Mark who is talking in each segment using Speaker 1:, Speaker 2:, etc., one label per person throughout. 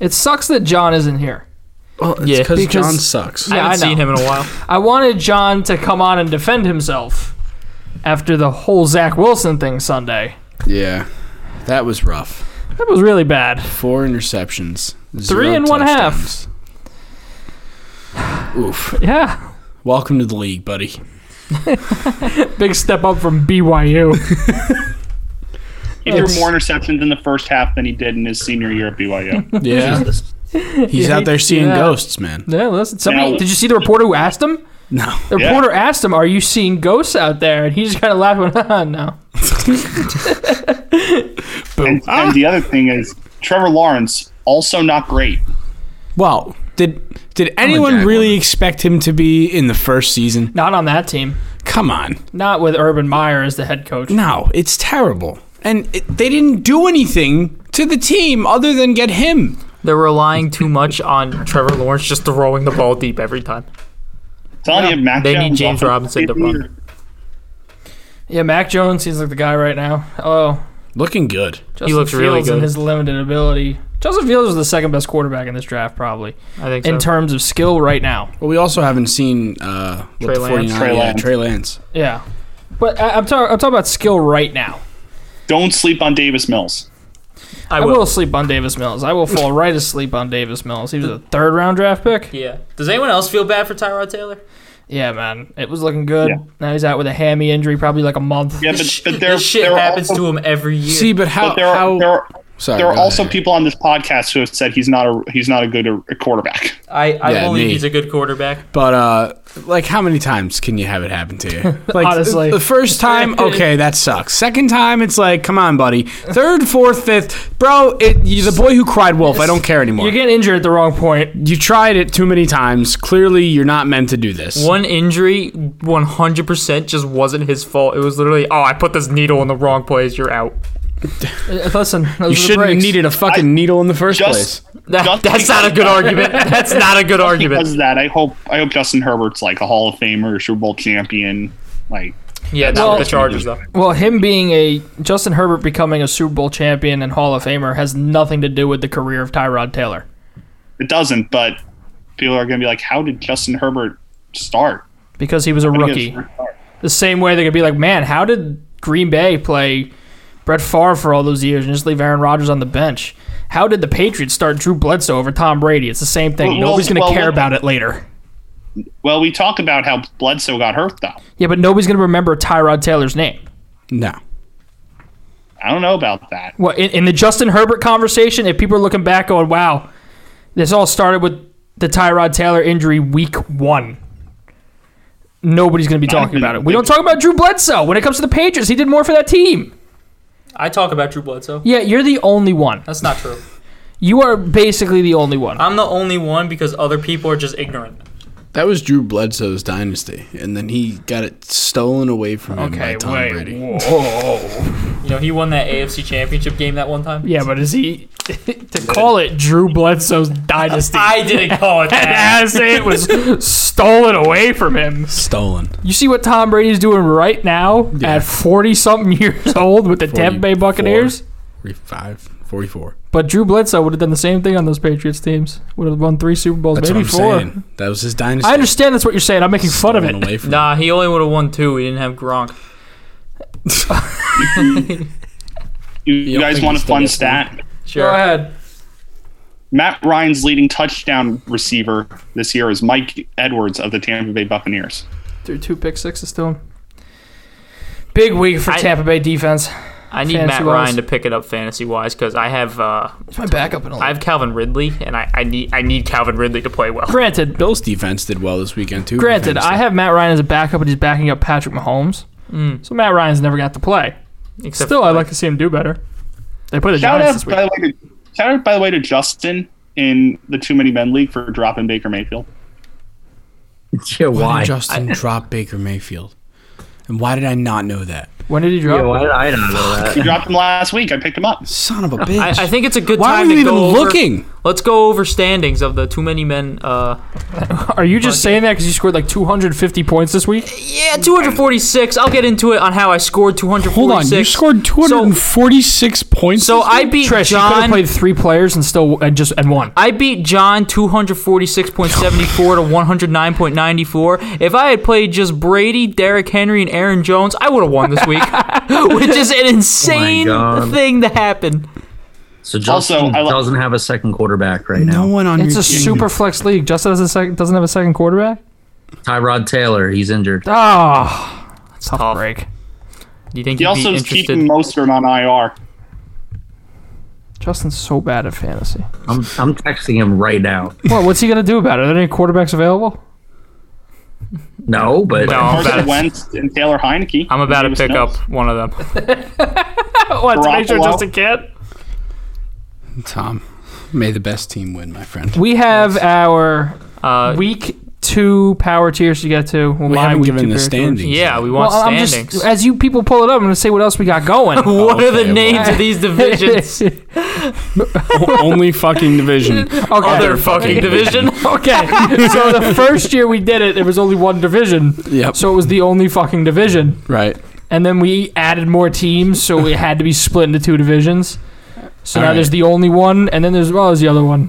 Speaker 1: It sucks that John isn't here.
Speaker 2: Well, it's
Speaker 3: Yeah,
Speaker 2: because
Speaker 1: because-
Speaker 2: John sucks.
Speaker 1: Yeah,
Speaker 3: I haven't
Speaker 1: I know.
Speaker 3: seen him in a while.
Speaker 1: I wanted John to come on and defend himself after the whole Zach Wilson thing Sunday.
Speaker 2: Yeah, that was rough.
Speaker 1: That was really bad.
Speaker 2: Four interceptions,
Speaker 1: Three and one half.
Speaker 2: half. Oof!
Speaker 1: Yeah.
Speaker 2: Welcome to the league, buddy.
Speaker 1: Big step up from BYU.
Speaker 4: He threw
Speaker 1: Yes.
Speaker 4: more interceptions in the first half than he did in his senior year at BYU.
Speaker 2: Yeah, he's
Speaker 1: Yeah,
Speaker 2: out there seeing
Speaker 1: yeah.
Speaker 2: ghosts, man.
Speaker 1: yeah, listen, somebody,
Speaker 4: Now-
Speaker 1: did you see the reporter who asked him?
Speaker 2: No,
Speaker 1: The
Speaker 4: Yeah.
Speaker 1: reporter asked him, Are you seeing ghosts out there? And he just kind of laughed and went, "Ah, No.
Speaker 4: and, and the other thing is Trevor Lawrence also not great.
Speaker 2: Wow. Did did anyone
Speaker 3: Jaguar.
Speaker 2: really expect him to be in the first season?
Speaker 1: Not on that team.
Speaker 2: Come on.
Speaker 1: Not with Urban Meyer as the head coach.
Speaker 2: No, it's terrible. And it, they didn't do anything to the team other than get him.
Speaker 3: They're relying too much on Trevor Lawrence just throwing the ball deep every time.
Speaker 4: Telling you, Mac
Speaker 3: They need
Speaker 4: Jones,
Speaker 3: James
Speaker 4: offensive
Speaker 3: Robinson to
Speaker 4: leader.
Speaker 3: run.
Speaker 1: Yeah, Mac Jones seems like the guy right now. Oh,
Speaker 2: Looking good.
Speaker 1: Justin
Speaker 3: looks
Speaker 1: Fields
Speaker 3: really
Speaker 1: and
Speaker 3: good.
Speaker 1: his limited ability. Justin Fields is the second best quarterback in this draft, probably
Speaker 3: I think so.
Speaker 1: in terms of skill right now.
Speaker 2: Well, we also haven't seen uh, what
Speaker 3: Trey
Speaker 2: the
Speaker 3: Lance.
Speaker 2: 49
Speaker 4: Trey
Speaker 2: yeah,
Speaker 4: Lance.
Speaker 2: Trey Lance.
Speaker 1: Yeah, but I, I'm, tar- I'm talking about skill right now.
Speaker 4: Don't sleep on Davis Mills.
Speaker 3: I
Speaker 1: I
Speaker 3: will.
Speaker 1: will sleep on Davis Mills. I will fall right asleep on Davis Mills. He was a third round draft pick.
Speaker 3: Yeah. Does anyone else feel bad for Tyrod Taylor?
Speaker 1: Yeah, man, it was looking good.
Speaker 4: Yeah.
Speaker 1: Now he's out with a hammy injury, probably like a month.
Speaker 4: Yeah, but, but there,
Speaker 3: this shit
Speaker 4: there are
Speaker 3: happens
Speaker 4: also,
Speaker 3: to him every year.
Speaker 2: See, but how.
Speaker 4: but there are,
Speaker 2: how
Speaker 4: there are,
Speaker 2: sorry,
Speaker 4: there are
Speaker 2: go
Speaker 4: also
Speaker 2: ahead.
Speaker 4: people on this podcast who have said he's not a he's not a good uh, quarterback.
Speaker 3: I, I
Speaker 2: Yeah,
Speaker 3: believe
Speaker 2: me.
Speaker 3: he's a good quarterback.
Speaker 2: But, uh, like, how many times can you have it happen to you? Like,
Speaker 1: Honestly.
Speaker 2: The first time, okay, that sucks. Second time, it's like, come on, buddy. Third, fourth, fifth. Bro, it, you're the boy who cried wolf. I don't care anymore.
Speaker 1: You're getting injured at the wrong point.
Speaker 2: You tried it too many times. Clearly, you're not meant to do this.
Speaker 3: One injury, 100% just wasn't his fault. It was literally, oh, I put this needle in the wrong place. You're out.
Speaker 1: Uh, Listen, those are
Speaker 2: You
Speaker 1: the
Speaker 2: shouldn't have
Speaker 1: breaks.
Speaker 2: needed a fucking needle in the first
Speaker 4: Just
Speaker 2: place.
Speaker 3: That,
Speaker 4: Just
Speaker 3: that's not a good argument. That's not a good
Speaker 4: because of
Speaker 3: argument.
Speaker 4: that, I hope I hope Justin Herbert's like a Hall of Famer, or Super Bowl champion. Like
Speaker 3: Yeah, not
Speaker 1: Well-
Speaker 3: with the Chargers, though.
Speaker 1: Well, him being a Justin Herbert becoming a Super Bowl champion and Hall of Famer has nothing to do with the career of Tyrod Taylor.
Speaker 4: it doesn't, but people are going to be like, how did Justin Herbert start?
Speaker 1: because he was a
Speaker 4: How did
Speaker 1: rookie.
Speaker 4: he get his first start?
Speaker 1: The same way they could be like, man, how did Green Bay play Brett Favre for all those years and just leave Aaron Rodgers on the bench? How did the Patriots start Drew Bledsoe over Tom Brady? It's the same thing.
Speaker 4: Well,
Speaker 1: nobody's going to
Speaker 4: well,
Speaker 1: care
Speaker 4: well-
Speaker 1: about it later.
Speaker 4: Well, we talked about how Bledsoe got hurt, though.
Speaker 1: Yeah, but nobody's going to remember Tyrod Taylor's name.
Speaker 2: No.
Speaker 4: I don't know about that.
Speaker 1: What in, in the Justin Herbert conversation? If people are looking back, going, "Wow, this all started with the Tyrod Taylor injury week one." Nobody's going to be talking about it. We don't talk about Drew Bledsoe when it comes to the Patriots. He did more for that team.
Speaker 3: I talk about Drew Bledsoe.
Speaker 1: Yeah, you're the only one.
Speaker 3: That's not true.
Speaker 1: You are basically the only one.
Speaker 3: I'm the only one because other people are just ignorant.
Speaker 2: That was Drew Bledsoe's dynasty, and then he got it stolen away from him by Tom Brady.
Speaker 1: whoa.
Speaker 3: You know, he won that AFC championship game that one time.
Speaker 1: yeah, but is he to call it Drew Bledsoe's dynasty?
Speaker 3: I didn't call
Speaker 1: and
Speaker 3: it that.
Speaker 1: as it was stolen away from him.
Speaker 2: Stolen.
Speaker 1: You see what Tom Brady's doing right now at 40 something years old with the Tampa Bay
Speaker 2: 44.
Speaker 1: Buccaneers?
Speaker 2: 45, 44.
Speaker 1: But Drew Bledsoe would have done the same thing on those Patriots teams. Would have won three Super Bowls,
Speaker 2: That's
Speaker 1: maybe
Speaker 2: what I'm
Speaker 1: four.
Speaker 2: saying. That was his dynasty.
Speaker 1: I understand that's what you're saying. I'm making fun of
Speaker 2: Stolen
Speaker 1: it.
Speaker 2: Away from
Speaker 3: Nah, he only would have won two. He didn't have Gronk.
Speaker 4: You,
Speaker 2: don't think
Speaker 4: guys want a
Speaker 2: he's still
Speaker 4: fun
Speaker 2: listening?
Speaker 4: stat?
Speaker 3: Sure.
Speaker 1: Go ahead.
Speaker 4: Matt Ryan's leading touchdown receiver this year is Mike Edwards of the Tampa Bay Buccaneers.
Speaker 1: Through two pick sixes to him. Big week for
Speaker 3: I-
Speaker 1: Tampa Bay defense.
Speaker 3: I need Matt
Speaker 1: Fantasy-wise.
Speaker 3: Ryan to pick it up fantasy wise because I have uh,
Speaker 1: My backup in a
Speaker 3: I have Calvin Ridley and I, I need I need Calvin Ridley to play well.
Speaker 1: Granted,
Speaker 2: Bill's defense did well this weekend, too.
Speaker 1: Granted,
Speaker 2: Defense.
Speaker 1: I have Matt Ryan as a backup, and he's backing up Patrick Mahomes. So Matt Ryan's never got to play.
Speaker 3: Except
Speaker 1: Still, I'd like to see him do better. They play the
Speaker 4: Shout
Speaker 1: Giants this
Speaker 4: out,
Speaker 1: week.
Speaker 4: by the way, to, shout out, by the way, to Justin in the Too Many Men League for dropping Baker Mayfield.
Speaker 5: Yeah,
Speaker 2: Why
Speaker 5: why?
Speaker 2: did Justin drop Baker Mayfield? And why did I not know that?
Speaker 1: When did he drop?
Speaker 5: Yeah, why did I not know
Speaker 4: He
Speaker 5: that?
Speaker 4: dropped him last week. I picked him up.
Speaker 2: Son of a bitch.
Speaker 3: I, I think it's a good
Speaker 2: Why
Speaker 3: time
Speaker 2: were you
Speaker 3: to
Speaker 2: even
Speaker 3: go over-
Speaker 2: looking?
Speaker 3: Let's go over standings of the too many men. Uh,
Speaker 1: Are you just saying that because you scored like 250 points this week?
Speaker 3: yeah, 246. I'll get into it on how I scored 246.
Speaker 2: Hold on, you scored 246 points.
Speaker 3: So, so
Speaker 2: this
Speaker 3: I
Speaker 2: week?
Speaker 3: beat
Speaker 1: Trish, you could have
Speaker 3: John.
Speaker 1: played three players and still and just and won.
Speaker 3: I beat John 246.74 to 109.94. If I had played just Brady, Derrick Henry, and Aaron Jones, I would have won this week, which is
Speaker 1: Oh
Speaker 3: an insane
Speaker 5: God.
Speaker 3: thing to happen.
Speaker 5: So
Speaker 4: Also,
Speaker 5: Justin
Speaker 4: I lo-
Speaker 5: doesn't have a second quarterback right
Speaker 2: No
Speaker 5: now.
Speaker 2: one on
Speaker 1: It's
Speaker 2: your
Speaker 1: a
Speaker 2: team.
Speaker 1: super flex league. Justin has a sec- doesn't have a second quarterback.
Speaker 5: Tyrod Taylor, he's injured.
Speaker 1: Ah, tough,
Speaker 3: tough.
Speaker 1: break.
Speaker 3: Do you think
Speaker 4: He
Speaker 3: you'd
Speaker 4: also
Speaker 3: be
Speaker 4: is
Speaker 3: interested?
Speaker 4: keeping Mostert on IR.
Speaker 1: Justin's so bad at fantasy.
Speaker 5: I'm, I'm texting him right now.
Speaker 1: Well, what's he gonna do about it? Are there any quarterbacks available?
Speaker 5: No, but
Speaker 3: No, I'm
Speaker 4: Carson
Speaker 3: about,
Speaker 4: Wentz and Taylor Heineke.
Speaker 3: I'm about to
Speaker 4: Davis
Speaker 3: pick
Speaker 4: Mills.
Speaker 3: up one of them.
Speaker 1: What
Speaker 4: to make sure Garoppolo. Justin
Speaker 1: can't?
Speaker 2: Tom, may the best team win, my friend.
Speaker 1: We have our
Speaker 3: Uh,
Speaker 1: week two power tiers to get to. Well,
Speaker 2: We
Speaker 1: my
Speaker 2: haven't
Speaker 1: week
Speaker 2: given
Speaker 1: two
Speaker 2: the
Speaker 1: power tiers.
Speaker 2: standings.
Speaker 3: yeah, we
Speaker 1: Well,
Speaker 3: want
Speaker 1: I'm
Speaker 3: standings.
Speaker 1: just as you people pull it up. I'm gonna say what else we got going.
Speaker 3: what are the
Speaker 2: Okay, well.
Speaker 3: names of these divisions?
Speaker 2: Only fucking division.
Speaker 3: Other fucking division.
Speaker 1: Okay, so the first year we did it, it was only one division.
Speaker 2: Yep.
Speaker 1: So it was the only fucking division.
Speaker 2: Right.
Speaker 1: And then we added more teams, so it had to be split into two divisions. So now
Speaker 2: Alright.
Speaker 1: there's the only one, and then there's, well, there's the other one.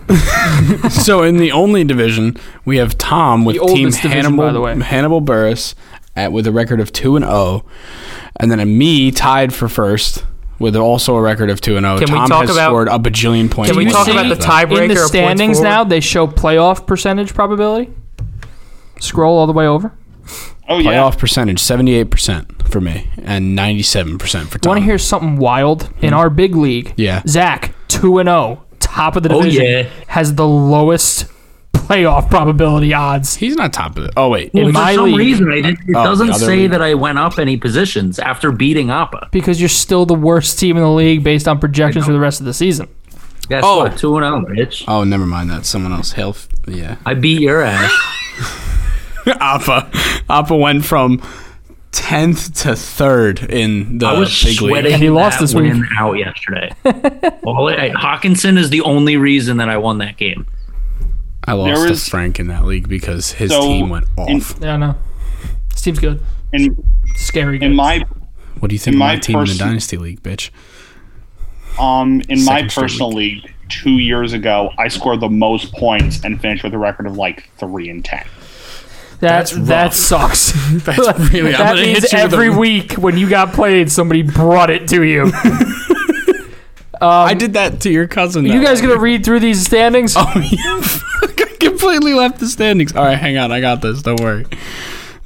Speaker 2: So in the only division, we have Tom with
Speaker 1: The oldest division,
Speaker 2: team Hannibal
Speaker 1: by the way.
Speaker 2: Hannibal Burris at with a record of 2 and 0. And then a me tied for first with also a record of 2 and 0.
Speaker 3: Can we
Speaker 2: Tom
Speaker 3: talk
Speaker 2: has
Speaker 3: about-
Speaker 2: scored a bajillion points.
Speaker 3: Can we
Speaker 2: in
Speaker 3: talk
Speaker 2: this
Speaker 3: about the
Speaker 2: season.
Speaker 3: tiebreaker?
Speaker 1: In the
Speaker 3: or points
Speaker 1: standings now,
Speaker 3: forward?
Speaker 1: they show playoff percentage probability. Scroll all the way over.
Speaker 4: Oh yeah.
Speaker 2: Playoff percentage 78% for me and 97% for Tom.
Speaker 1: Want to hear something wild?
Speaker 3: Hmm.
Speaker 1: In our big league,
Speaker 2: Yeah.
Speaker 1: Zach, 2 and 0, top of the
Speaker 5: Oh,
Speaker 1: division,
Speaker 5: yeah.
Speaker 1: has the lowest playoff probability odds.
Speaker 2: He's not top of the. Oh wait.
Speaker 1: In
Speaker 5: Well,
Speaker 1: my
Speaker 5: for some
Speaker 1: league-
Speaker 5: reason, I didn't, it
Speaker 2: Oh,
Speaker 5: doesn't
Speaker 2: other
Speaker 5: say
Speaker 2: league.
Speaker 5: that I went up any positions after beating Appa.
Speaker 1: Because you're still the worst team in the league based on projections for the rest of the season.
Speaker 5: Guess
Speaker 2: Oh.
Speaker 5: what? Two and zero, bitch.
Speaker 2: Oh, never mind. That's someone else. Hell, f- yeah.
Speaker 5: I beat your ass.
Speaker 2: Appa, Appa went from tenth to third in the
Speaker 5: I was
Speaker 2: Uh, big league.
Speaker 5: sweating.
Speaker 1: And he lost
Speaker 5: that
Speaker 1: this week.
Speaker 5: win out yesterday. All I, Hawkinson is the only reason that I won that game.
Speaker 2: I lost
Speaker 4: There
Speaker 2: to
Speaker 4: was-
Speaker 2: Frank in that league because his
Speaker 4: So,
Speaker 2: team went off.
Speaker 4: in-
Speaker 1: Yeah, I know. This team's good.
Speaker 4: In
Speaker 1: Scary good.
Speaker 4: in my
Speaker 2: what do you think of
Speaker 4: in
Speaker 2: my,
Speaker 4: my
Speaker 2: team in
Speaker 4: person-
Speaker 2: the dynasty league, bitch?
Speaker 4: um in my
Speaker 2: Second straight
Speaker 4: personal league two years ago, I scored the most points and finished with a record of like three and ten.
Speaker 1: That that sucks. that's
Speaker 2: really-
Speaker 1: that
Speaker 2: I'm gonna
Speaker 1: means
Speaker 2: hit you with
Speaker 1: every
Speaker 2: a-
Speaker 1: week when you got played, somebody brought it to you.
Speaker 2: I did that to your cousin.
Speaker 1: you guys gonna read through these standings?
Speaker 2: Oh, you fucking completely left the standings. All right, hang on. I got this. Don't worry.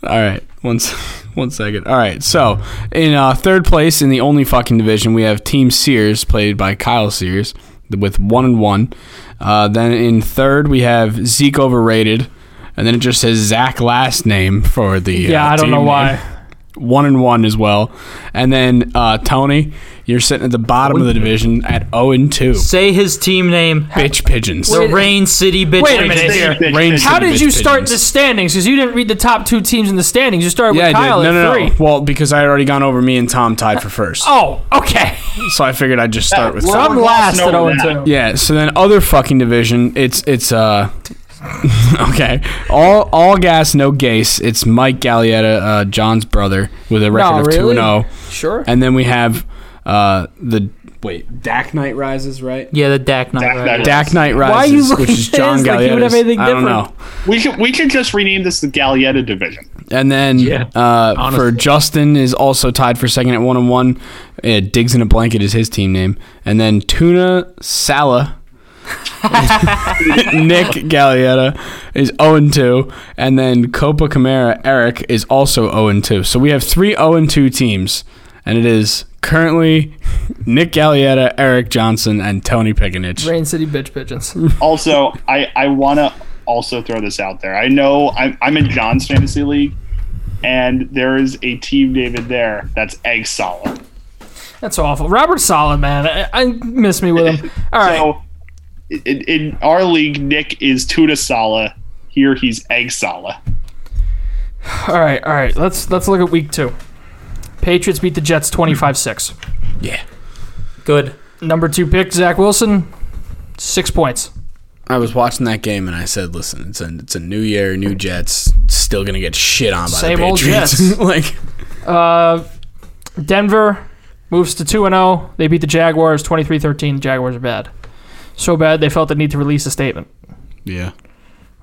Speaker 2: All right, one, s- one second. All right, so in uh, third place in the only fucking division, we have Team Sears, played by Kyle Sears, th- with one and one. Uh, then in third, we have Zeke overrated, and then it just says Zach last name for the
Speaker 1: yeah,
Speaker 2: uh,
Speaker 1: I don't
Speaker 2: team
Speaker 1: know
Speaker 2: name.
Speaker 1: why.
Speaker 2: One and one as well, and then uh, Tony, you're sitting at the bottom of the division at zero and two.
Speaker 3: Say his team name.
Speaker 2: Bitch pigeons.
Speaker 3: The Rain City bitch.
Speaker 1: Wait a
Speaker 3: Pigeons.
Speaker 1: minute here.
Speaker 2: Rain
Speaker 1: How
Speaker 2: City
Speaker 1: did
Speaker 2: bitch
Speaker 1: you start
Speaker 2: pigeons.
Speaker 1: the standings? Because you didn't read the top two teams in the standings. You started
Speaker 2: Yeah,
Speaker 1: with
Speaker 2: I
Speaker 1: Kyle
Speaker 2: did. No,
Speaker 1: at
Speaker 2: no,
Speaker 1: three.
Speaker 2: no. Well, because I had already gone over me and Tom tied for first.
Speaker 1: Oh, okay.
Speaker 2: So I figured I'd just start with
Speaker 4: Well,
Speaker 2: Tom.
Speaker 1: I'm
Speaker 4: we're
Speaker 1: last
Speaker 4: glossing
Speaker 1: at zero
Speaker 4: over
Speaker 1: and
Speaker 4: that.
Speaker 1: two.
Speaker 2: Yeah, so then other fucking division, it's it's uh okay. All all gas, no gase. It's Mike Gallietta, uh, John's brother, with a record
Speaker 1: No,
Speaker 2: of two
Speaker 1: really?
Speaker 2: and oh.
Speaker 1: Sure.
Speaker 2: And then we have uh the wait, Dak Knight rises, right?
Speaker 3: Yeah, the Dak Knight.
Speaker 4: Dak
Speaker 3: right?
Speaker 4: Knight.
Speaker 2: Dak Knight Rises,
Speaker 1: are you looking
Speaker 2: which is
Speaker 1: at
Speaker 2: John
Speaker 1: his like you would have
Speaker 2: Gallietta's.
Speaker 1: anything
Speaker 2: I don't
Speaker 1: different?
Speaker 2: know.
Speaker 4: We could we could just rename this the Gallietta division.
Speaker 2: And then
Speaker 5: Yeah,
Speaker 2: uh, for
Speaker 5: honestly.
Speaker 2: Justin is also tied for second at one on one. Uh, Digs in a blanket is his team name, and then Tuna Sala, Nick Gallietta is zero and two, and then Copa Camara Eric is also zero and two. So we have three zero and two teams, and it is currently Nick Gallietta, Eric Johnson, and Tony Pickenich.
Speaker 1: Rain City bitch pigeons.
Speaker 4: Also, I I want to also throw this out there. I know I'm I'm in John's fantasy league, and there is a team David there that's egg solid.
Speaker 1: That's awful. Robert Solid, man. I, I miss me with him. All right.
Speaker 4: So, in, in our league, Nick is Tuna Sala. Here, he's Egg Sala.
Speaker 1: All right, all right. Let's let's look at week two. Patriots beat the Jets 25 6.
Speaker 2: Yeah.
Speaker 3: Good.
Speaker 1: Number two pick, Zach Wilson, six points.
Speaker 2: I was watching that game and I said, "Listen, it's a it's a new year, new Jets. Still gonna get shit on by
Speaker 1: Same
Speaker 2: the
Speaker 1: old
Speaker 2: Patriots."
Speaker 1: Jets.
Speaker 2: like,
Speaker 1: Uh, Denver moves to 2 and 0. They beat the Jaguars 23 13. The Jaguars are bad. So bad they felt the need to release a statement,
Speaker 2: yeah,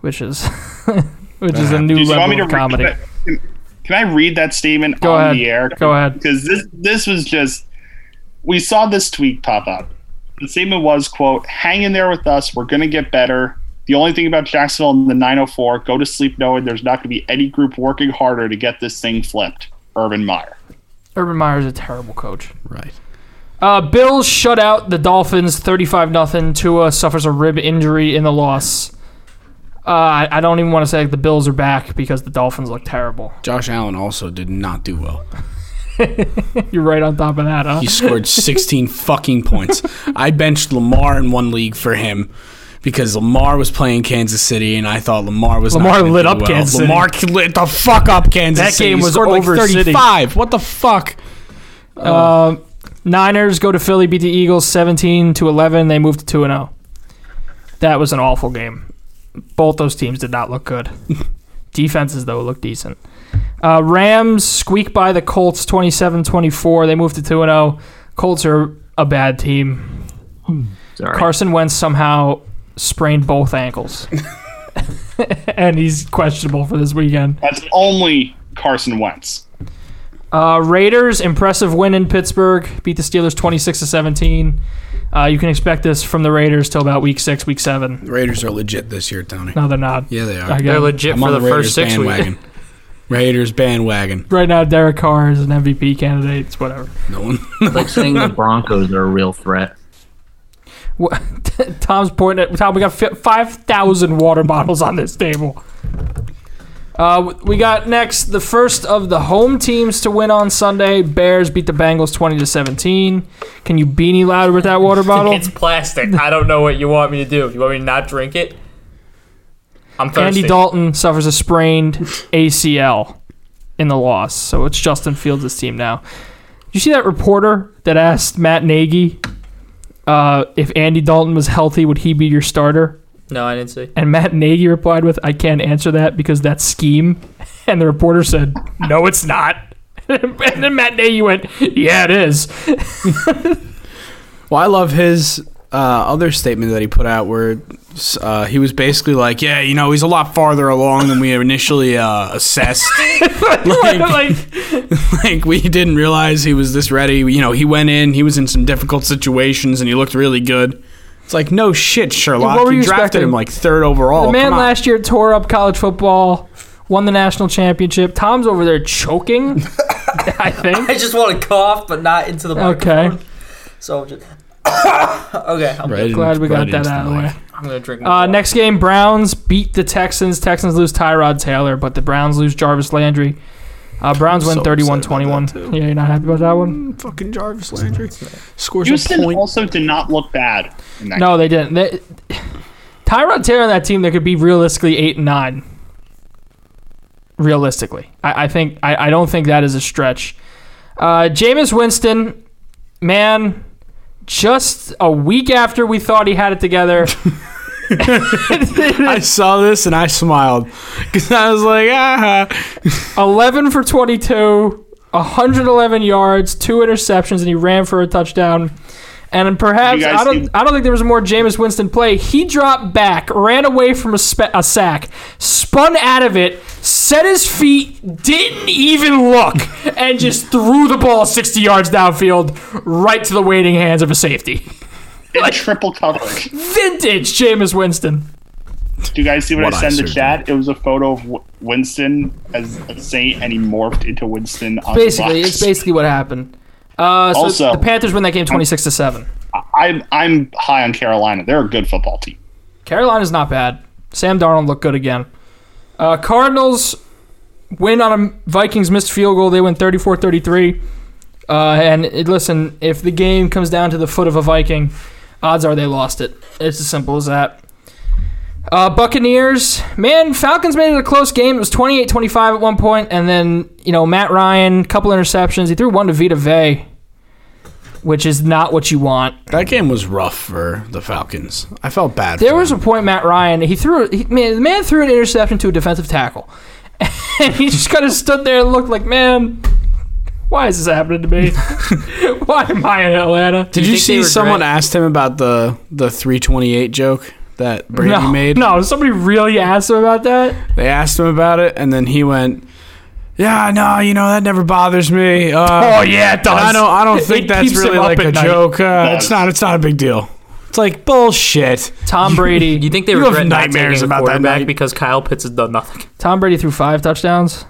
Speaker 1: which is. Which is a new
Speaker 4: Do Uh-huh. you want
Speaker 1: level
Speaker 4: me to
Speaker 1: of comedy.
Speaker 4: Read, can, can I read that statement
Speaker 1: Go
Speaker 4: on
Speaker 1: ahead.
Speaker 4: the air?
Speaker 1: Go ahead.
Speaker 4: Because this this was just we saw this tweet pop up. The statement was quote, hang in there with us, we're gonna get better. The only thing about Jacksonville and the 904, go to sleep knowing there's not gonna be any group working harder to get this thing flipped. Urban Meyer.
Speaker 1: Urban Meyer's a terrible coach.
Speaker 2: right.
Speaker 1: Uh, Bills shut out the Dolphins 35 nothing. Tua suffers a rib injury in the loss. Uh, I I don't even want to say the Bills are back because the Dolphins look terrible.
Speaker 2: Josh Allen also did not do well.
Speaker 1: You're right on top of that, huh?
Speaker 2: He scored 16 fucking points. I benched Lamar in one league for him because Lamar was playing Kansas City, and I thought Lamar was not
Speaker 1: Lamar
Speaker 2: gonna
Speaker 1: lit
Speaker 2: do
Speaker 1: up
Speaker 2: well.
Speaker 1: Kansas City.
Speaker 2: Lamar City. lit the fuck up Kansas
Speaker 1: That
Speaker 2: City.
Speaker 1: game
Speaker 2: He
Speaker 1: was
Speaker 2: scored
Speaker 1: over
Speaker 2: like
Speaker 1: 30.
Speaker 2: 35. What the fuck?
Speaker 1: Um Niners go to Philly, beat the Eagles 17 to 11. They moved to 2 and 0. That was an awful game. Both those teams did not look good. Defenses, though, looked decent. Uh, Rams squeak by the Colts 27 24. They moved to 2 and 0. Colts are a bad team.
Speaker 5: Sorry.
Speaker 1: Carson Wentz somehow sprained both ankles. and he's questionable for this weekend.
Speaker 4: That's only Carson Wentz.
Speaker 1: Uh, Raiders impressive win in Pittsburgh, beat the Steelers twenty six to seventeen. Uh, you can expect this from the Raiders till about week six, week seven.
Speaker 2: The Raiders are legit this year, Tony.
Speaker 1: No, they're not.
Speaker 2: Yeah, they are.
Speaker 1: I
Speaker 3: They're
Speaker 1: get it.
Speaker 3: legit
Speaker 2: I'm
Speaker 3: for
Speaker 2: on
Speaker 3: the,
Speaker 2: the, Raiders
Speaker 3: first six weeks.
Speaker 2: bandwagon. Raiders bandwagon.
Speaker 1: Right now, Derek Carr is an MVP candidate. It's whatever.
Speaker 2: No one.
Speaker 5: like saying the Broncos are a real threat.
Speaker 1: What, Tom's pointing at Tom. We got five thousand water bottles on this table. Uh, we got next the first of the home teams to win on Sunday. Bears beat the Bengals twenty to seventeen. Can you beanie louder with that water bottle?
Speaker 3: It's plastic. I don't know what you want me to do. You want me to not drink it? I'm thirsty.
Speaker 1: Andy Dalton suffers a sprained ACL in the loss, so it's Justin Fields' team now. You see that reporter that asked Matt Nagy uh, if Andy Dalton was healthy, would he be your starter?
Speaker 3: No, I didn't see.
Speaker 1: And Matt Nagy replied with, "I can't answer that because that's scheme." And the reporter said, "No, it's not." and then Matt Nagy went, "Yeah, it is."
Speaker 2: Well, I love his uh, other statement that he put out where uh, he was basically like, yeah, you know, he's a lot farther along than we initially uh, assessed.
Speaker 1: like,
Speaker 2: like we didn't realize he was this ready. You know, he went in, he was in some difficult situations, and he looked really good. It's like no shit, Sherlock.
Speaker 1: What were
Speaker 2: you
Speaker 1: you
Speaker 2: drafted
Speaker 1: expecting?
Speaker 2: him like third overall.
Speaker 1: the man
Speaker 2: Oh, Come on.
Speaker 1: last year tore up college football, won the national championship. Tom's over there choking. I think.
Speaker 3: I just want to cough, but not into the
Speaker 1: Okay.
Speaker 3: microphone. So just okay. I'm,
Speaker 2: Right in-
Speaker 1: Glad we got
Speaker 2: right
Speaker 1: that
Speaker 2: into
Speaker 1: out of the
Speaker 2: mic.
Speaker 1: way.
Speaker 3: I'm gonna drink. more
Speaker 1: Uh,
Speaker 3: water.
Speaker 1: next game, Browns beat the Texans. Texans lose Tyrod Taylor, but the Browns lose Jarvis Landry. Uh, Browns win
Speaker 2: so upset about
Speaker 1: 31
Speaker 2: that,
Speaker 1: 21. Yeah, you're not happy about that one?
Speaker 2: Fucking Jarvis Landry scores a
Speaker 4: Houston
Speaker 2: point.
Speaker 4: also did not look bad. in that
Speaker 1: No, they didn't. They, Tyrod Taylor and that team, they could be realistically 8 and 9. Realistically. I, I think I, I don't think that is a stretch. Uh, Jameis Winston, man, just a week after we thought he had it together.
Speaker 2: I saw this and I smiled because I was like, ah.
Speaker 1: 11 for 22, 111 yards, two interceptions, and he ran for a touchdown. And perhaps
Speaker 4: You guys
Speaker 1: I don't,
Speaker 4: see-
Speaker 1: I don't think there was a more Jameis Winston play. He dropped back, ran away from a, spe- a sack, spun out of it, set his feet, didn't even look, and just threw the ball 60 yards downfield, right to the waiting hands of a safety.
Speaker 4: game. triple coverage.
Speaker 1: Vintage Jameis Winston.
Speaker 4: Do you guys see what,
Speaker 2: What
Speaker 4: I
Speaker 2: I
Speaker 4: sent the
Speaker 2: certainly-
Speaker 4: chat? It was a photo of W- Winston as a saint, and he morphed into Winston. On
Speaker 1: Basically,
Speaker 4: the
Speaker 1: it's
Speaker 4: box.
Speaker 1: basically what happened. Uh, so
Speaker 4: Also-
Speaker 1: the Panthers win that game 26 to seven.
Speaker 4: I'm I'm high on Carolina. They're a good football team.
Speaker 1: Carolina's not bad. Sam Darnold looked good again. Uh, Cardinals win on a Vikings missed field goal. They win 34 33. Uh, and it, listen, if the game comes down to the foot of a Viking, odds are they lost it. It's as simple as that. Uh, Buccaneers, man, Falcons made it a close game. It was 28-25 at one point, and then you know Matt Ryan, couple interceptions. He threw one to Vita Vey, which is not what you want.
Speaker 2: That game was rough for the Falcons. I felt bad.
Speaker 1: There
Speaker 2: for
Speaker 1: was a
Speaker 2: them.
Speaker 1: point Matt Ryan he threw he, man, the man threw an interception to a defensive tackle, and he just kind of stood there and looked like man. Why is this happening to me? Why am I in Atlanta?
Speaker 2: Did you,
Speaker 3: think they
Speaker 2: see
Speaker 3: regret-
Speaker 2: someone asked him about the the 328 joke that Brady
Speaker 1: no,
Speaker 2: made?
Speaker 1: no. Somebody really asked him about that.
Speaker 2: They asked him about it, and then he went, "Yeah, no, you know that never bothers me. Uh,
Speaker 1: Oh, yeah, it does.
Speaker 2: I don't, I don't think
Speaker 1: It
Speaker 2: that's
Speaker 1: keeps him
Speaker 2: really
Speaker 1: up
Speaker 2: like
Speaker 1: at
Speaker 2: a
Speaker 1: night.
Speaker 2: joke. Uh,
Speaker 4: No.
Speaker 2: it's not. It's not a big deal. It's like bullshit.
Speaker 1: Tom Brady.
Speaker 3: You think they
Speaker 2: You have
Speaker 3: regret not
Speaker 2: nightmares
Speaker 3: taking a
Speaker 2: about that
Speaker 3: quarterback
Speaker 2: night.
Speaker 3: because Kyle Pitts has done nothing?
Speaker 1: Tom Brady threw five touchdowns.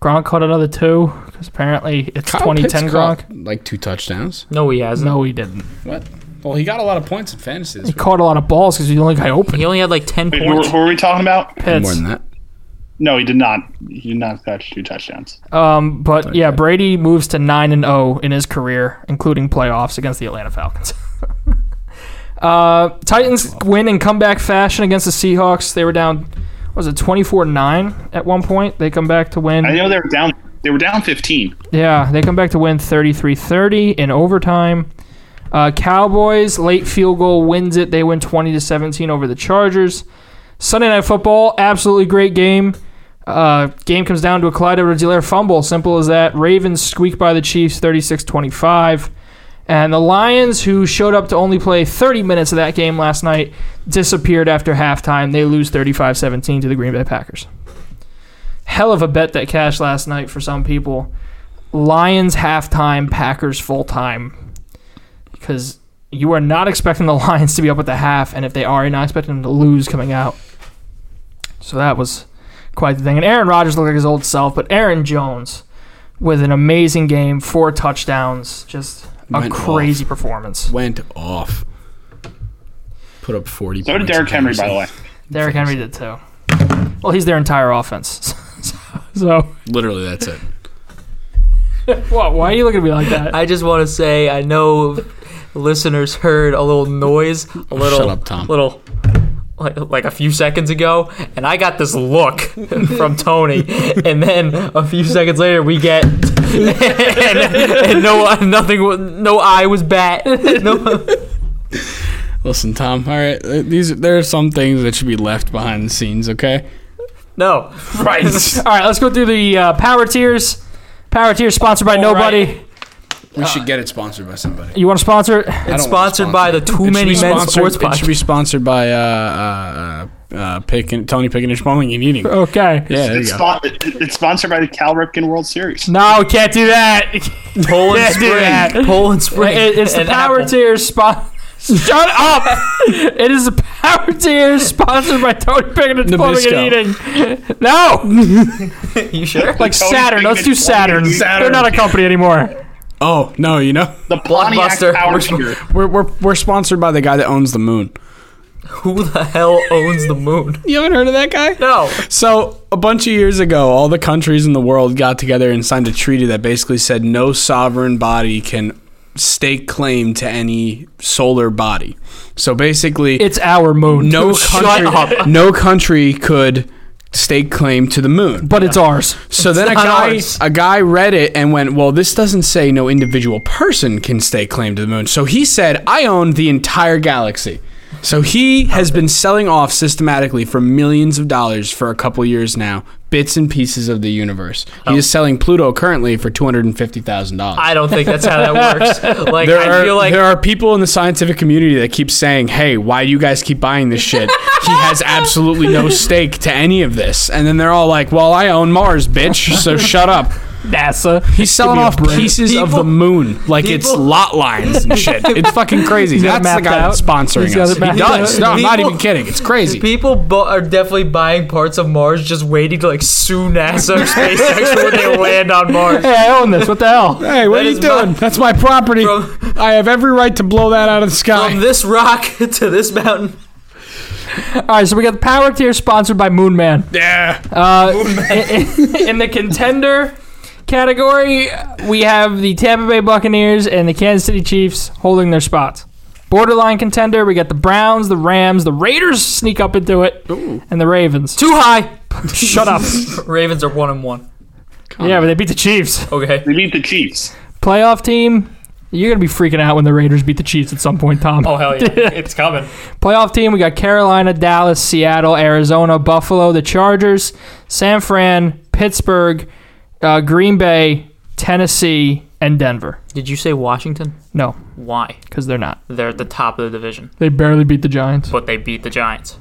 Speaker 1: Gronk caught another two because apparently it's 2010 Gronk.
Speaker 2: like two touchdowns.
Speaker 3: No, he hasn't.
Speaker 1: No, he didn't.
Speaker 2: What? Well, he got a lot of points in fantasy.
Speaker 1: He caught a lot of balls because he's the only guy open.
Speaker 3: He only had like ten
Speaker 4: Wait, who,
Speaker 3: points.
Speaker 4: who are we talking about?
Speaker 1: Pits.
Speaker 2: that.
Speaker 4: No, he did not. He did not catch two touchdowns.
Speaker 1: Um, but yeah, Brady moves to nine and zero in his career, including playoffs against the Atlanta Falcons. uh, Titans win in comeback fashion against the Seahawks. They were down, what was it twenty four nine at one point? They come back to win.
Speaker 4: I know they were down. They were down 15.
Speaker 1: Yeah, they come back to win 33-30 in overtime. Uh, Cowboys late field goal wins it. They win 20 to 17 over the Chargers. Sunday night football, absolutely great game. Uh, game comes down to a Clyde edwards fumble, simple as that. Ravens squeak by the Chiefs 36-25. And the Lions, who showed up to only play 30 minutes of that game last night, disappeared after halftime. They lose 35-17 to the Green Bay Packers. Hell of a bet that cashed last night for some people. Lions halftime, Packers full time. Because you are not expecting the Lions to be up at the half, and if they are, you're not expecting them to lose coming out. So that was quite the thing. And Aaron Rodgers looked like his old self, but Aaron Jones with an amazing game, four touchdowns, just a
Speaker 2: Went
Speaker 1: crazy performance.
Speaker 2: Went off. Put up 40.
Speaker 4: So did
Speaker 2: points
Speaker 4: Derrick
Speaker 2: in
Speaker 4: Henry, by the
Speaker 2: fantasy.
Speaker 4: way.
Speaker 1: Derrick Henry did too. Well, he's their entire offense. so,
Speaker 2: Literally, that's it.
Speaker 1: what? Why are you looking at me like that?
Speaker 3: I just want to say I know listeners heard a little noise, a little
Speaker 2: Shut up, Tom.
Speaker 3: little like, like a few seconds ago, and I got this look from Tony, and then a few seconds later we get and, and no nothing wa- no eye was bat. No,
Speaker 2: Listen, Tom. All right, uh, these there are some things that should be left behind the scenes. Okay.
Speaker 3: no.
Speaker 2: Right.
Speaker 1: All right, let's go through the uh, power tiers. Power tiers sponsored by nobody.
Speaker 2: we should get it sponsored by somebody.
Speaker 1: You want to sponsor it?
Speaker 2: It's
Speaker 3: Sponsored by the Too Many Men Sports
Speaker 2: It should
Speaker 3: Podcast.
Speaker 2: be sponsored by uh, uh, uh, pick and, Tony Pickin and Schmalling and Eating. Yeah,
Speaker 1: Okay.
Speaker 2: there
Speaker 4: It's,
Speaker 2: you go.
Speaker 4: spon- it- it's sponsored by the Cal Ripken World Series.
Speaker 1: No, can't do that.
Speaker 3: Poland
Speaker 1: Can't do that.
Speaker 3: Spring. Poland Spring.
Speaker 1: It- it's the
Speaker 3: and
Speaker 1: power
Speaker 3: Apple.
Speaker 1: tiers sponsor. Shut up! it is the power tiers sponsored by Tony Pickett and Plumbing and Eating. No,
Speaker 3: You sure?
Speaker 1: like
Speaker 4: Tony
Speaker 1: Saturn. Let's
Speaker 4: Pickett
Speaker 1: do
Speaker 4: and Plumbing
Speaker 1: Saturn.
Speaker 4: and Eating.
Speaker 1: They're not a company anymore.
Speaker 2: Oh no, you know
Speaker 4: The Pontiac
Speaker 3: Blockbuster.
Speaker 4: Power
Speaker 3: Which one?
Speaker 4: Tier.
Speaker 2: we're, we're we're sponsored by the guy that owns the moon.
Speaker 3: Who the hell owns the moon?
Speaker 2: You haven't heard of that guy?
Speaker 3: No.
Speaker 2: So a bunch of years ago, all the countries in the world got together and signed a treaty that basically said no sovereign body can stake claim to any solar body. So basically,
Speaker 1: It's our moon.
Speaker 2: no
Speaker 1: Shut
Speaker 2: country,
Speaker 1: up.
Speaker 2: no country could stake claim to the moon.
Speaker 1: But it's ours.
Speaker 2: So then a
Speaker 3: not
Speaker 2: guy
Speaker 3: ours.
Speaker 2: a guy read it and went, "Well, this doesn't say no individual person can stake claim to the moon." So he said, "I own the entire galaxy." So he has been selling off systematically for millions of dollars for a couple years now, bits and pieces of the universe. He is selling Pluto currently for two hundred and fifty thousand dollars.
Speaker 3: Oh. I don't think that's how that works. Like
Speaker 2: There
Speaker 3: I
Speaker 2: are,
Speaker 3: feel like
Speaker 2: there are people in the scientific community that keep saying, "Hey, why do you guys keep buying this shit?" he has absolutely no stake to any of this, and then they're all like, "Well, I own Mars, bitch, so shut up."
Speaker 1: NASA.
Speaker 2: He's selling
Speaker 1: me a
Speaker 2: off
Speaker 1: break.
Speaker 2: pieces of the
Speaker 3: People-
Speaker 2: moon, like it's
Speaker 3: people-
Speaker 2: lot lines and shit. It's fucking crazy.
Speaker 1: got it
Speaker 2: That's the
Speaker 1: mapped
Speaker 2: guy that's
Speaker 1: out?
Speaker 2: sponsoring
Speaker 1: He's got it
Speaker 2: us. He
Speaker 1: mapped
Speaker 2: does.
Speaker 1: out?
Speaker 2: No, I'm not
Speaker 3: People-
Speaker 2: even kidding. It's crazy.
Speaker 3: People bu- are definitely buying parts of Mars, just waiting to like sue NASA or SpaceX when they land on Mars.
Speaker 1: Hey, I own this. What the hell?
Speaker 2: Hey, what
Speaker 3: That
Speaker 2: are
Speaker 3: is
Speaker 2: you doing?
Speaker 3: my-
Speaker 2: that's my property.
Speaker 3: From-
Speaker 2: I have every right to blow that out of the sky.
Speaker 3: From this rock to this mountain.
Speaker 1: All right, so we got the power tier sponsored by Moon Man.
Speaker 2: yeah.
Speaker 1: Uh, in the contender category, we have the Tampa Bay Buccaneers and the Kansas City Chiefs holding their spots. Borderline contender. We got the Browns, the Rams, the Raiders sneak up into it, and the Ravens.
Speaker 3: Too high.
Speaker 1: Shut up.
Speaker 3: Ravens are one and one.
Speaker 1: yeah, but they beat the Chiefs.
Speaker 3: Okay.
Speaker 4: They beat the Chiefs.
Speaker 1: Playoff team. You're gonna be freaking out when the Raiders beat the Chiefs at some point, Tom.
Speaker 3: Oh hell yeah, it's coming.
Speaker 1: Playoff team, we got Carolina, Dallas, Seattle, Arizona, Buffalo, the Chargers, San Fran, Pittsburgh, uh, Green Bay, Tennessee, and Denver.
Speaker 3: Did you say Washington?
Speaker 1: No,
Speaker 3: Why?
Speaker 1: because they're not.
Speaker 3: They're at the top of the division,
Speaker 1: They barely beat the Giants.
Speaker 3: but they beat the Giants.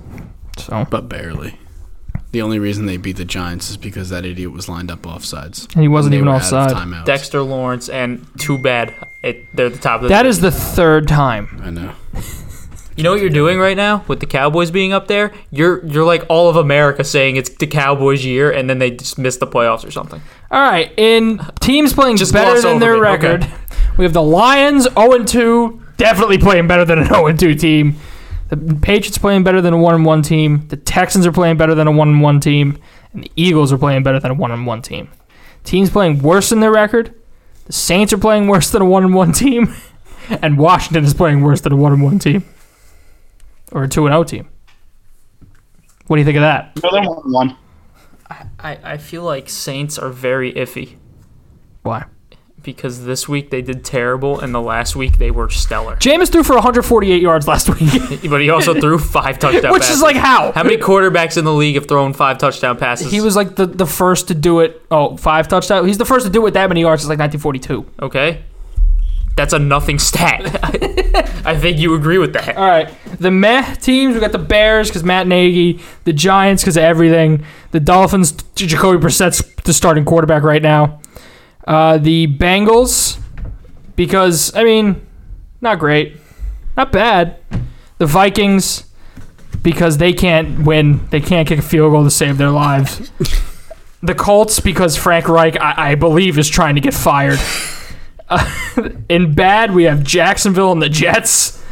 Speaker 1: So,
Speaker 2: But barely. The only reason they beat the Giants is because that idiot was lined up offsides.
Speaker 1: and he wasn't
Speaker 2: They
Speaker 1: even
Speaker 2: were out of
Speaker 1: offside.
Speaker 2: timeouts.
Speaker 3: Dexter Lawrence and too bad. It, they're at the top of the
Speaker 1: That
Speaker 3: division.
Speaker 1: is the third time.
Speaker 2: I know.
Speaker 3: You know what you're doing right now with the Cowboys being up there? You're you're like all of America saying it's the Cowboys year and then they just miss the playoffs or something.
Speaker 1: All right, in teams playing
Speaker 3: Just
Speaker 1: better
Speaker 3: gloss
Speaker 1: than
Speaker 3: over
Speaker 1: their
Speaker 3: it, okay.
Speaker 1: record, we have the Lions 0 2, definitely playing better than an 0 2 team. The Patriots playing better than a 1 1 team. The Texans are playing better than a 1 1 team. And the Eagles are playing better than a 1 1 team. Teams playing worse than their record, the Saints are playing worse than a 1 1 team. And Washington is playing worse than a 1 1 team. Or a 2 0 team. What do you think of that?
Speaker 4: No, they won one.
Speaker 3: I, I feel like Saints are very iffy
Speaker 1: Why?
Speaker 3: because this week they did terrible and the last week they were stellar.
Speaker 1: Jameis threw for 148 yards last week,
Speaker 3: But he also threw five touchdown
Speaker 1: which
Speaker 3: passes.
Speaker 1: is like how?
Speaker 3: how many quarterbacks in the league have thrown five touchdown passes?
Speaker 1: He was like the, the first to do it. Oh, five touchdowns. He's the first to do it that many yards since like 1942.
Speaker 3: okay. That's a nothing stat. I think you agree with that.
Speaker 1: All right. The meh teams, we got the Bears because Matt Nagy, the Giants because of everything, the Dolphins, J- Jacoby Brissett's the starting quarterback right now, uh, the Bengals because, I mean, not great, not bad. The Vikings because they can't win, they can't kick a field goal to save their lives. the Colts because Frank Reich, I, I believe, is trying to get fired. Uh, in bad, we have Jacksonville and the Jets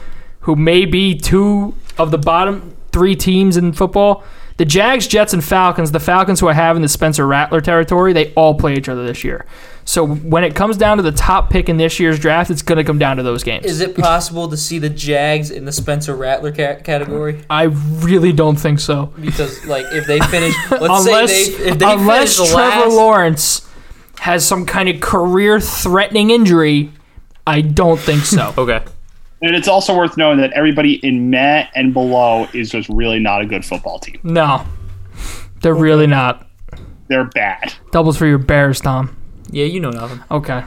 Speaker 1: who may be two of the bottom three teams in football. The Jags, Jets, and Falcons, the Falcons who I have in the Spencer Rattler territory, they all play each other this year. So when it comes down to the top pick in this year's draft, it's going to come down to those games.
Speaker 6: Is it possible to see the Jags in the Spencer Rattler ca- category?
Speaker 1: I really don't think so.
Speaker 6: Because like if they finish, let's
Speaker 1: Unless,
Speaker 6: say they if they
Speaker 1: unless
Speaker 6: finish
Speaker 1: Trevor
Speaker 6: last,
Speaker 1: Lawrence has some kind of career threatening injury, I don't think so.
Speaker 3: Okay.
Speaker 4: And it's also worth knowing that everybody in Met and below is just really not a good football team.
Speaker 1: no, they're really not.
Speaker 4: They're bad.
Speaker 1: Doubles for your Bears, Tom.
Speaker 3: Yeah, you know nothing.
Speaker 1: Okay.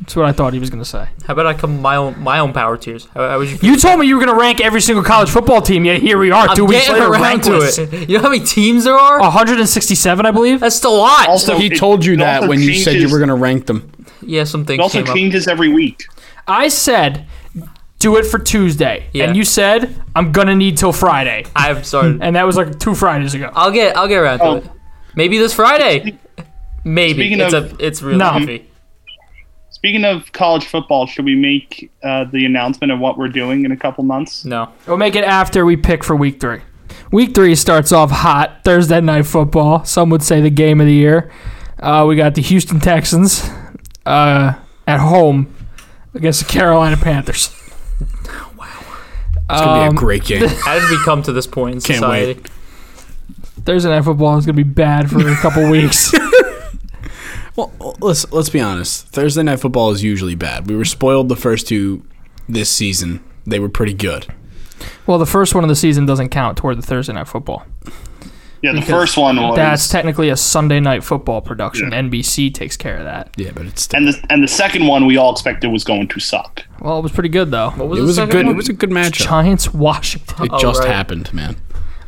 Speaker 1: That's what I thought he was going to say.
Speaker 3: How about I come my own my own power tiers? How, how would you feel?
Speaker 1: You told me you were going to rank every single college football team, yet here we are, two
Speaker 3: I'm
Speaker 1: weeks
Speaker 3: getting
Speaker 1: later.
Speaker 3: around
Speaker 1: Ranked
Speaker 3: to
Speaker 1: list.
Speaker 3: it. You know how many teams there are?
Speaker 1: Oh. 167, I believe.
Speaker 3: That's still a lot.
Speaker 4: Also,
Speaker 2: He
Speaker 4: it-
Speaker 2: told you
Speaker 4: it
Speaker 2: that
Speaker 4: also
Speaker 2: when you said you
Speaker 4: changes-
Speaker 2: were going to rank them.
Speaker 3: yeah, some
Speaker 4: It
Speaker 3: things
Speaker 4: also
Speaker 3: came up.
Speaker 4: changes every week.
Speaker 1: I said, do it for Tuesday.
Speaker 3: Yeah.
Speaker 1: And you said, I'm going to need till Friday.
Speaker 3: I'm sorry.
Speaker 1: And that was like two Fridays ago.
Speaker 3: I'll get I'll get around
Speaker 4: Oh.
Speaker 3: to it. Maybe this Friday. Maybe
Speaker 4: Speaking
Speaker 3: it's
Speaker 4: of-
Speaker 3: a it's really
Speaker 1: No.
Speaker 3: iffy.
Speaker 4: Speaking of college football, should we make uh, the announcement of what we're doing in a couple months?
Speaker 3: No.
Speaker 1: We'll make it after we pick for week three. Week three starts off hot Thursday night football. Some would say the game of the year. Uh, we got the Houston Texans uh, at home against the Carolina Panthers.
Speaker 2: It's
Speaker 1: Um,
Speaker 2: going to be a great game.
Speaker 3: How did we come to this point in
Speaker 2: Can't
Speaker 3: society?
Speaker 2: wait.
Speaker 1: Thursday night football is going to be bad for a couple weeks.
Speaker 2: Well, let's let's be honest. Thursday night football is usually bad. We were spoiled the first two this season. They were pretty good.
Speaker 1: Well, the first one of the season doesn't count toward the Thursday night football.
Speaker 4: Yeah, the first one was,
Speaker 1: That's technically a Sunday night football production.
Speaker 4: Oh, Yeah.
Speaker 1: NBC takes care of that.
Speaker 2: Yeah, but it's still,
Speaker 4: and the and the second one we all expected was going to suck.
Speaker 1: Well, it was pretty good though.
Speaker 3: What was
Speaker 2: it
Speaker 3: the
Speaker 2: was a
Speaker 3: second
Speaker 2: good it
Speaker 3: one?
Speaker 2: was a good matchup.
Speaker 1: Giants Washington.
Speaker 2: It just
Speaker 3: right.
Speaker 2: happened, man.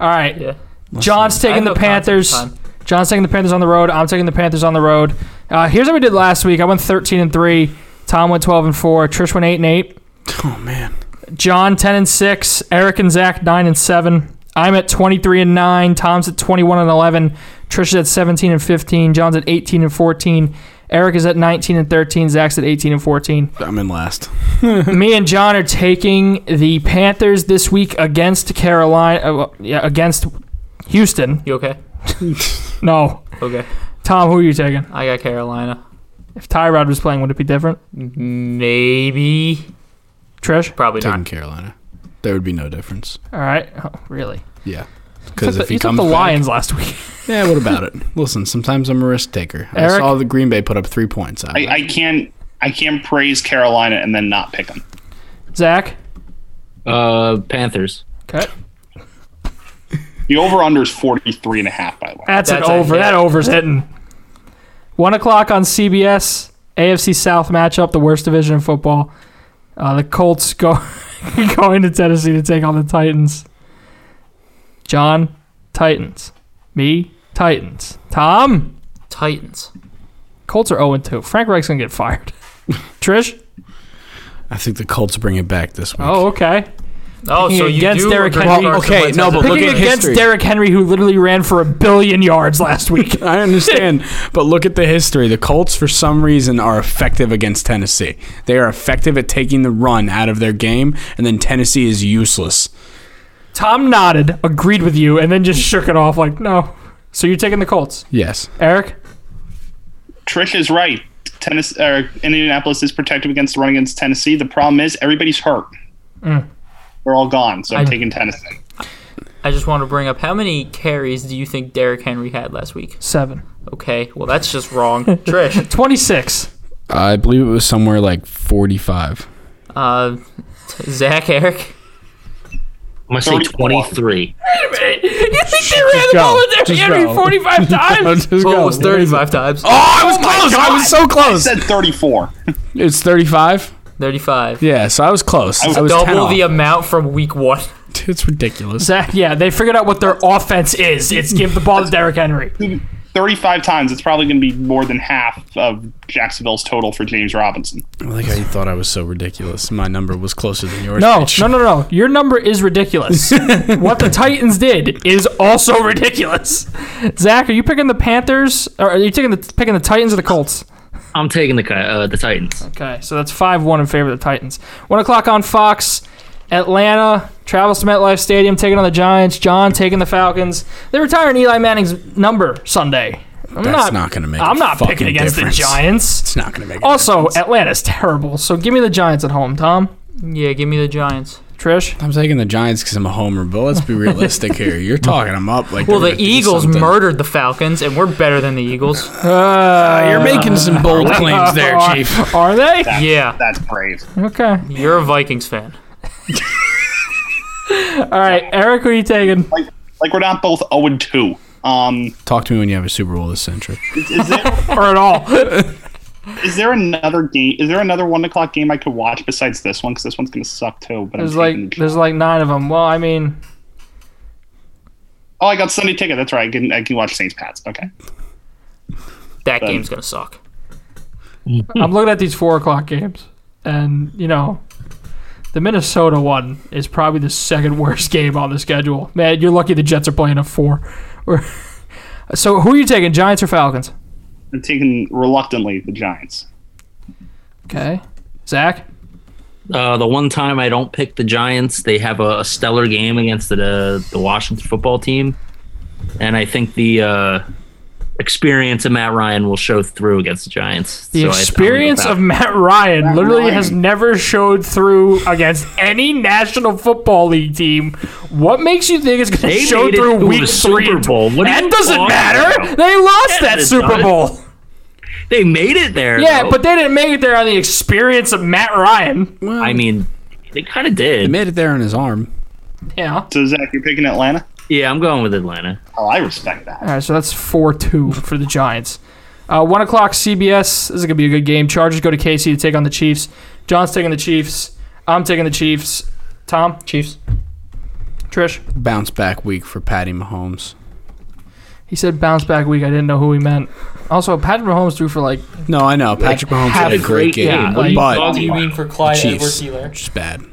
Speaker 1: All right.
Speaker 3: Yeah.
Speaker 1: John's taking
Speaker 3: have
Speaker 1: the
Speaker 3: no concept of
Speaker 1: Panthers.
Speaker 3: time.
Speaker 1: John's taking the Panthers on the road. I'm taking the Panthers on the road. Uh, here's what we did last week. I went 13 and three. Tom went 12 and four. Trish went eight and eight.
Speaker 2: Oh man,
Speaker 1: John 10 and 6, Eric and Zach 9 and 7. I'm at 23 and 9, Tom's at 21 and 11, Trisha's at 17 and 15, John's at 18 and 14, Eric is at 19 and 13, Zach's at 18 and 14.
Speaker 2: I'm in last.
Speaker 1: Me and John are taking the Panthers this week against Carolina uh, well, yeah, against Houston.
Speaker 3: You okay?
Speaker 1: No.
Speaker 3: Okay.
Speaker 1: Tom, who are you taking?
Speaker 3: I got Carolina.
Speaker 1: If Tyrod was playing, would it be different?
Speaker 3: Maybe.
Speaker 1: Trish?
Speaker 3: Probably
Speaker 2: taking
Speaker 3: not.
Speaker 2: Carolina. There would be no difference.
Speaker 1: All right. Oh, really?
Speaker 2: Yeah.
Speaker 1: Took
Speaker 2: Because
Speaker 1: the-
Speaker 2: if he
Speaker 1: you took
Speaker 2: comes
Speaker 1: the
Speaker 2: back-
Speaker 1: Lions last week.
Speaker 2: yeah, what about it? Listen, sometimes I'm a risk taker. I
Speaker 1: Eric?
Speaker 2: saw the Green Bay put up three points. I,
Speaker 4: I, I can't I can't praise Carolina and then not pick them.
Speaker 1: Zach?
Speaker 5: Uh, Panthers.
Speaker 1: Okay.
Speaker 4: The over under is 43 and a half, by the way.
Speaker 1: That's,
Speaker 3: That's
Speaker 1: an
Speaker 3: a
Speaker 1: over.
Speaker 3: hit.
Speaker 1: That over's hitting. One o'clock on CBS. AFC South matchup, the worst division in football. Uh, the Colts go going to Tennessee to take on the Titans. John, Titans. Me, Titans. Tom,
Speaker 3: Titans.
Speaker 1: Colts are 0 2. Frank Reich's going to get fired. Trish?
Speaker 2: I think the Colts bring it back this week.
Speaker 1: Oh, okay.
Speaker 3: Oh,
Speaker 1: Picking
Speaker 3: so you
Speaker 1: against
Speaker 3: do
Speaker 1: Derrick
Speaker 3: agree
Speaker 1: Henry.
Speaker 3: Carson
Speaker 2: Okay,
Speaker 3: Wentz
Speaker 2: no,
Speaker 3: has
Speaker 2: but
Speaker 3: a
Speaker 2: look
Speaker 1: Picking
Speaker 2: at
Speaker 3: good-
Speaker 1: against
Speaker 2: history.
Speaker 1: Derrick Henry, who literally ran for a billion yards last week.
Speaker 2: I understand, but look at the history. The Colts, for some reason, are effective against Tennessee. They are effective at taking the run out of their game, and then Tennessee is useless.
Speaker 1: Tom nodded, agreed with you, and then just shook it off like, no. So you're taking the Colts.
Speaker 2: Yes.
Speaker 1: Eric?
Speaker 4: Trish is right. Tennis or Indianapolis is protective against the run against Tennessee. The problem is everybody's hurt.
Speaker 1: Mm.
Speaker 4: They're all gone, so I'm
Speaker 3: I-
Speaker 4: taking Tennessee.
Speaker 3: I just want to bring up how many carries do you think Derrick Henry had last week?
Speaker 1: Seven.
Speaker 3: Okay, well that's just wrong, Trish.
Speaker 1: 26.
Speaker 2: I believe it was somewhere like 45.
Speaker 3: Uh, Zach, Eric.
Speaker 5: I'm gonna say
Speaker 4: 34.
Speaker 5: 23.
Speaker 1: You think they ran the
Speaker 2: go.
Speaker 1: ball with Derrick
Speaker 2: Just
Speaker 1: Henry
Speaker 2: go.
Speaker 1: 45 times?
Speaker 3: Well, it was 35 times.
Speaker 2: Oh, I was close. I was so close.
Speaker 4: Said 34.
Speaker 2: It's 35?
Speaker 3: 35.
Speaker 2: Yeah, so I was close. I was,
Speaker 3: Double the
Speaker 2: the
Speaker 3: amount from week one.
Speaker 2: It's ridiculous.
Speaker 1: Zach, yeah, they figured out what their offense is. It's give the ball to Derrick Henry.
Speaker 4: 35 times. It's probably going to be more than half of Jacksonville's total for James Robinson.
Speaker 2: I like how you thought I was so ridiculous. My number was closer than yours.
Speaker 1: No,
Speaker 2: bitch.
Speaker 1: no, no, no. Your number is ridiculous. what the Titans did is also ridiculous. Zach, are you picking the Panthers? Or are you taking the picking the Titans or the Colts?
Speaker 5: I'm taking the Ki- uh, the Titans.
Speaker 1: Okay, so that's five one in favor of the Titans. One o'clock on Fox. Atlanta travels to MetLife Stadium, taking on the Giants. John taking the Falcons. They're retiring Eli Manning's number Sunday. I'm
Speaker 2: That's
Speaker 1: not.
Speaker 2: not, going to make
Speaker 1: I'm
Speaker 2: a
Speaker 1: not
Speaker 2: fucking
Speaker 1: picking against
Speaker 2: difference.
Speaker 1: the Giants.
Speaker 2: It's not going to make a
Speaker 1: Also, Atlanta's terrible, so give me the Giants at home. Tom,
Speaker 3: Yeah, give me the Giants.
Speaker 1: Trish,
Speaker 2: I'm taking the Giants because I'm a homer, but let's be realistic here. You're talking them up like.
Speaker 3: Well,
Speaker 2: they're
Speaker 3: the
Speaker 2: gonna do
Speaker 3: Eagles
Speaker 2: something.
Speaker 3: murdered the Falcons, and we're better than the Eagles.
Speaker 2: Uh, you're making some bold claims there,
Speaker 1: Are-
Speaker 2: Chief.
Speaker 1: Are they?
Speaker 3: Yeah,
Speaker 4: That's brave.
Speaker 1: Okay.
Speaker 3: you're a Vikings fan.
Speaker 1: All right, Eric, who are you taking?
Speaker 4: Like, like we're not both 0 and 2. Um,
Speaker 2: Talk to me when you have a Super Bowl this century.
Speaker 4: is, there,
Speaker 1: Or at all?
Speaker 4: is there another game? Is there another one o'clock game I could watch besides this one? Because this one's going to suck too. But I'm
Speaker 1: There's like
Speaker 4: taking-
Speaker 1: there's like nine of them. Well, I mean,
Speaker 4: oh, I got Sunday ticket. That's right. I can I can watch Saints Pats. Okay.
Speaker 3: That game's gonna suck.
Speaker 1: I'm looking at these four o'clock games, and you know, the Minnesota one is probably the second worst game on the schedule. Man, you're lucky the Jets are playing a four. Or- so who are you taking, Giants or Falcons?
Speaker 4: I'm taking reluctantly the Giants.
Speaker 1: Okay, Zach.
Speaker 5: Uh, the one time I don't pick the Giants, they have a, a stellar game against the, the Washington football team, and I think the uh, experience of Matt Ryan will show through against the Giants.
Speaker 1: The
Speaker 5: So I- I'm gonna go
Speaker 1: experience of
Speaker 5: Falcons.
Speaker 1: Matt Ryan literally
Speaker 4: Ryan.
Speaker 1: has never showed through against any National Football League team. What makes you think it's going
Speaker 5: They
Speaker 1: to show
Speaker 5: made it to
Speaker 1: through
Speaker 5: a
Speaker 1: week
Speaker 5: Super
Speaker 1: three?
Speaker 5: Bowl. What are
Speaker 1: that
Speaker 5: you
Speaker 1: doesn't
Speaker 5: talking
Speaker 1: matter.
Speaker 5: about?
Speaker 1: They lost that
Speaker 5: it
Speaker 1: Super
Speaker 5: does.
Speaker 1: Bowl.
Speaker 5: they made it there.
Speaker 1: Yeah,
Speaker 5: though.
Speaker 1: but they didn't make it there on the experience of Matt Ryan.
Speaker 2: Well,
Speaker 5: I mean, they kind of
Speaker 2: he
Speaker 5: did.
Speaker 2: made it there on his arm.
Speaker 1: Yeah.
Speaker 4: So Zach, you're picking Atlanta.
Speaker 5: Yeah, I'm going with Atlanta.
Speaker 4: Oh, I respect that.
Speaker 1: All right, so that's 4 2 for the Giants. Uh, 1 o'clock CBS. This is going to be a good game. Chargers go to KC to take on the Chiefs. John's taking the Chiefs. I'm taking the Chiefs. Tom? Chiefs. Trish?
Speaker 2: Bounce back week for Patty Mahomes.
Speaker 1: He said bounce back week. I didn't know who he meant. Also, Patrick Mahomes threw for like.
Speaker 2: No, I know Patrick Mahomes
Speaker 1: have
Speaker 2: had a
Speaker 1: a
Speaker 2: great
Speaker 5: great
Speaker 2: game,
Speaker 5: game.
Speaker 1: What are you
Speaker 2: but
Speaker 6: What do you mean for Clyde
Speaker 2: Chiefs
Speaker 6: Edwards
Speaker 2: which
Speaker 6: Healer?
Speaker 2: is bad.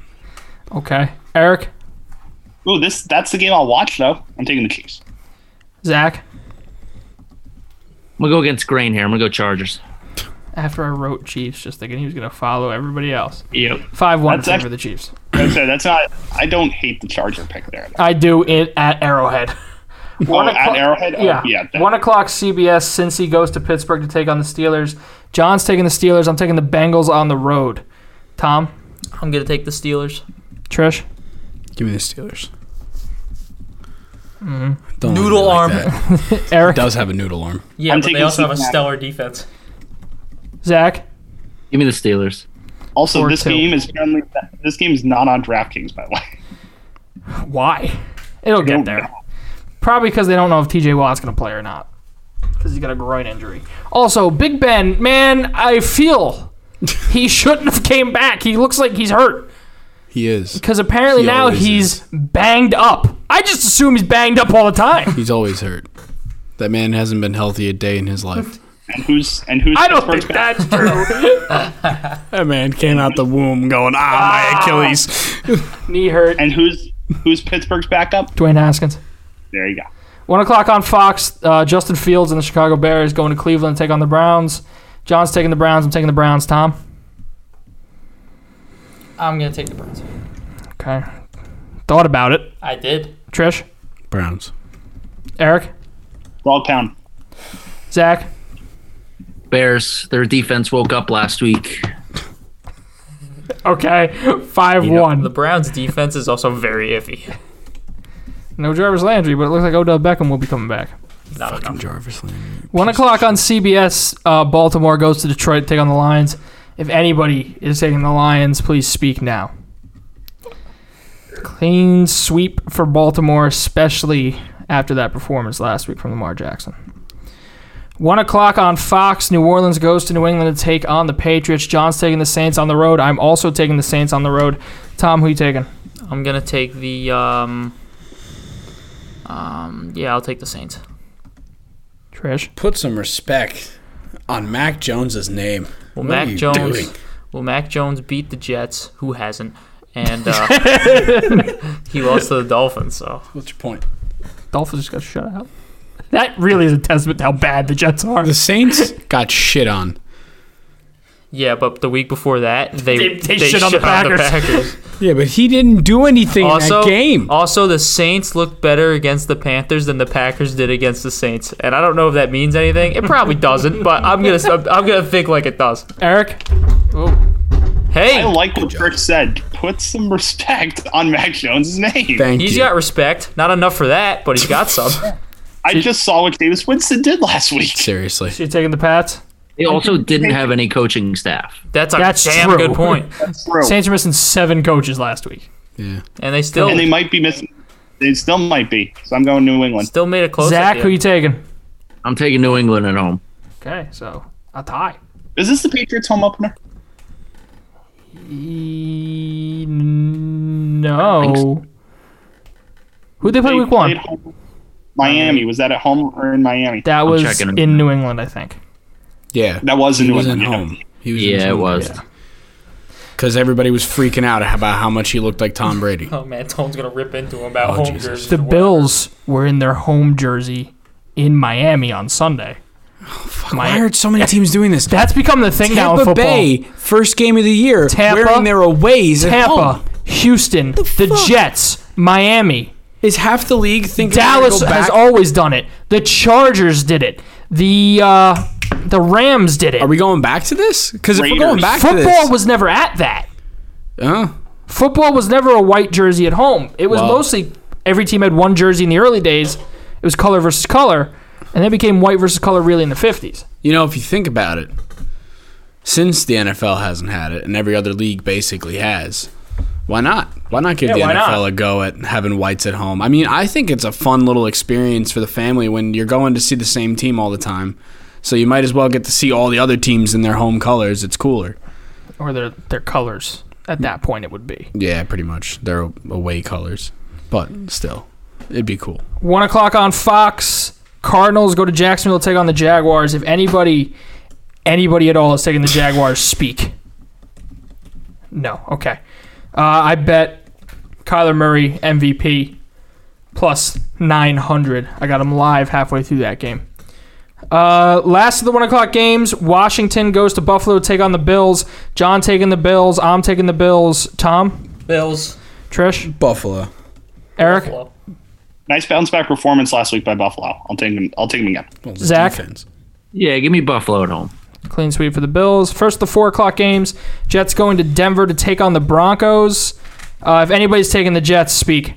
Speaker 1: Okay. Eric?
Speaker 4: Ooh, this that's the game I'll watch though. I'm taking the Chiefs.
Speaker 1: Zach?
Speaker 5: I'm gonna go against Grain here. I'm gonna go Chargers.
Speaker 1: After I wrote Chiefs, just thinking he was going to follow everybody else.
Speaker 5: Yep.
Speaker 1: 5 1
Speaker 4: That's act-
Speaker 1: for the Chiefs.
Speaker 4: That's, that's not. I don't hate the Charger pick there.
Speaker 1: I do it at Arrowhead.
Speaker 4: Oh,
Speaker 1: o'clock-
Speaker 4: at Arrowhead. Oh,
Speaker 1: Yeah.
Speaker 4: yeah that-
Speaker 1: One o'clock CBS. Cincy goes to Pittsburgh to take on the Steelers. John's taking the Steelers. I'm taking the Bengals on the road. Tom,
Speaker 3: I'm gonna take the Steelers.
Speaker 1: Trish.
Speaker 2: Give me the Steelers. Don't look at me
Speaker 3: Mm-hmm. Noodle
Speaker 2: like
Speaker 3: arm.
Speaker 2: that.
Speaker 1: Eric.
Speaker 2: Does have a noodle arm.
Speaker 6: Yeah,
Speaker 4: I'm
Speaker 6: but they
Speaker 4: taking
Speaker 6: also have a
Speaker 4: Seattle.
Speaker 6: stellar defense.
Speaker 1: Zach.
Speaker 5: Give me the Steelers.
Speaker 4: Also,
Speaker 1: Or
Speaker 4: this
Speaker 1: two.
Speaker 4: game is apparently this game is not on DraftKings, by the way. Oh,
Speaker 1: Why? It'll get there. Probably because they don't know if TJ Watt's going to play or not. Because he's got a groin injury. Also, Big Ben, man, I feel he shouldn't have came back. He looks like he's hurt.
Speaker 2: He is.
Speaker 1: Because apparently
Speaker 2: He
Speaker 1: now
Speaker 2: always
Speaker 1: he's banged up. I just assume he's banged up all the time.
Speaker 2: He's always hurt. That man hasn't been healthy a day in his life.
Speaker 4: And who's and who's
Speaker 1: I don't
Speaker 4: Pittsburgh's
Speaker 1: think
Speaker 4: back?
Speaker 1: that's true.
Speaker 2: That man came out the womb going, ah, my Achilles.
Speaker 1: Knee hurt.
Speaker 4: and who's who's Pittsburgh's backup?
Speaker 1: Dwayne Haskins.
Speaker 4: There you go.
Speaker 1: One o'clock on Fox. Uh, Justin Fields and the Chicago Bears going to Cleveland to take on the Browns. John's taking the Browns. I'm taking the Browns. Tom.
Speaker 6: I'm gonna take the Browns.
Speaker 1: Okay. Thought about it.
Speaker 6: I did.
Speaker 1: Trish.
Speaker 2: Browns.
Speaker 1: Eric.
Speaker 4: Dog pound.
Speaker 1: Zach.
Speaker 5: Bears. Their defense woke up last week.
Speaker 1: Okay. Five one.
Speaker 3: The Browns' defense is also very iffy.
Speaker 1: no Jarvis Landry, but it looks like Odell Beckham will be coming back.
Speaker 3: Not enough.
Speaker 2: Jarvis Landry.
Speaker 1: One o'clock on CBS. Uh, Baltimore goes to Detroit to take on the Lions. If anybody is taking the Lions, please speak now. Clean sweep for Baltimore, especially after that performance last week from Lamar Jackson. One o'clock on Fox. New Orleans goes to New England to take on the Patriots. John's taking the Saints on the road. I'm also taking the Saints on the road. Tom, who you taking?
Speaker 3: I'm gonna take the um. Um. Yeah, I'll take the Saints.
Speaker 1: Trish.
Speaker 2: Put some respect on Mac Jones's name.
Speaker 3: Well,
Speaker 2: What
Speaker 3: Mac
Speaker 2: are you
Speaker 3: Jones.
Speaker 2: doing?
Speaker 3: Well, Mac Jones beat the Jets, who hasn't, and uh, he lost to the Dolphins. So
Speaker 2: What's your point?
Speaker 1: Dolphins just got shut out. That really is a testament to how bad the Jets are.
Speaker 2: The Saints got shit on.
Speaker 3: yeah, but the week before that, they
Speaker 1: They- they shit on the Packers.
Speaker 2: Yeah, but he didn't do anything
Speaker 3: also,
Speaker 2: in that game.
Speaker 3: also the Saints looked better against the Panthers than the Packers did against the Saints, and I don't know if that means anything. It probably doesn't, but I'm gonna I'm gonna think like it does.
Speaker 1: Eric.
Speaker 3: Hey,
Speaker 4: I like what Kirk said. Put some respect on Mac Jones' name.
Speaker 2: Thank
Speaker 3: He's
Speaker 2: you.
Speaker 3: got respect. Not enough for that, but he's got some.
Speaker 4: I just saw what Davis Winston did last week.
Speaker 2: Seriously.
Speaker 1: So you're taking the Pats?
Speaker 5: They also didn't have any coaching staff.
Speaker 3: That's a
Speaker 1: That's
Speaker 3: damn
Speaker 1: true.
Speaker 3: good point.
Speaker 4: That's true.
Speaker 1: Saints are missing seven coaches last week.
Speaker 2: Yeah.
Speaker 3: And they still
Speaker 4: And they might be missing. They still might be. So I'm going New England.
Speaker 3: still made it close. at
Speaker 1: Zach,
Speaker 3: the
Speaker 1: who you
Speaker 3: end.
Speaker 1: taking?
Speaker 5: I'm taking New England at home.
Speaker 1: Okay, so a tie.
Speaker 4: Is this the Patriots home opener?
Speaker 1: E-
Speaker 5: think
Speaker 1: no.
Speaker 5: so.
Speaker 1: Who they play
Speaker 4: They
Speaker 1: week one?
Speaker 4: played home- Miami. Was that at home or in Miami?
Speaker 1: That was
Speaker 5: checking.
Speaker 1: in New England, I think.
Speaker 2: Yeah.
Speaker 4: That was in
Speaker 2: he
Speaker 4: New
Speaker 2: wasn't
Speaker 4: England. yeah.
Speaker 2: home. He was
Speaker 5: Yeah, it was.
Speaker 2: Because everybody was freaking out about how much he looked like Tom Brady.
Speaker 6: Oh man, Tone's gonna rip into him about
Speaker 2: Oh,
Speaker 6: home
Speaker 2: Jesus.
Speaker 6: jerseys
Speaker 1: The
Speaker 6: and
Speaker 1: Bills were in their home jersey in Miami on Sunday.
Speaker 2: Oh, I heard so many teams doing this.
Speaker 1: That's become the thing now in
Speaker 2: Tampa
Speaker 1: football.
Speaker 2: Bay, first game of the year,
Speaker 1: Tampa,
Speaker 2: wearing their aways at
Speaker 1: Tampa,
Speaker 2: home.
Speaker 1: Houston, the,
Speaker 2: fuck?
Speaker 1: Jets, Miami,
Speaker 2: Is half the league thinking they're gonna
Speaker 1: Dallas
Speaker 2: go
Speaker 1: has
Speaker 2: back?
Speaker 1: always done it. The Chargers did it. The uh, the Rams did it.
Speaker 2: Are we going back to this? Because if we're going
Speaker 4: Raiders.
Speaker 2: back to
Speaker 1: Football
Speaker 2: this,
Speaker 1: was never at that.
Speaker 2: Huh?
Speaker 1: Football was never a white jersey at home. It was
Speaker 2: Wow.
Speaker 1: mostly every team had one jersey in the early days. It was color versus color, and then became white versus color really in the fifties.
Speaker 2: You know, if you think about it, since the NFL hasn't had it and every other league basically has, why not? Why not give
Speaker 1: Yeah,
Speaker 2: the
Speaker 1: why
Speaker 2: NFL
Speaker 1: not?
Speaker 2: a go at having whites at home? I mean, I think it's a fun little experience for the family when you're going to see the same team all the time. So you might as well get to see all the other teams in their home colors. It's cooler.
Speaker 1: Or their their colors at that point it would be.
Speaker 2: Yeah, pretty much. They're away colors. But still, it'd be cool.
Speaker 1: One o'clock on Fox. Cardinals go to Jacksonville to take on the Jaguars. If anybody anybody at all is taking the Jaguars, speak. No. Okay. Uh, I bet Kyler Murray MVP plus 900. I got him live halfway through that game. Uh, last of the one o'clock games, Washington goes to Buffalo to take on the Bills. John taking the Bills. I'm taking the Bills. Tom,
Speaker 6: Bills.
Speaker 1: Trish,
Speaker 2: Buffalo.
Speaker 1: Eric,
Speaker 6: Buffalo.
Speaker 4: Nice bounce back performance last week by Buffalo. I'll take them. I'll take them again.
Speaker 1: Zach?
Speaker 2: Defense.
Speaker 5: Yeah, give me Buffalo at home.
Speaker 1: Clean sweep for the Bills. First, the four o'clock games. Jets going to Denver to take on the Broncos. Uh, if anybody's taking the Jets, speak.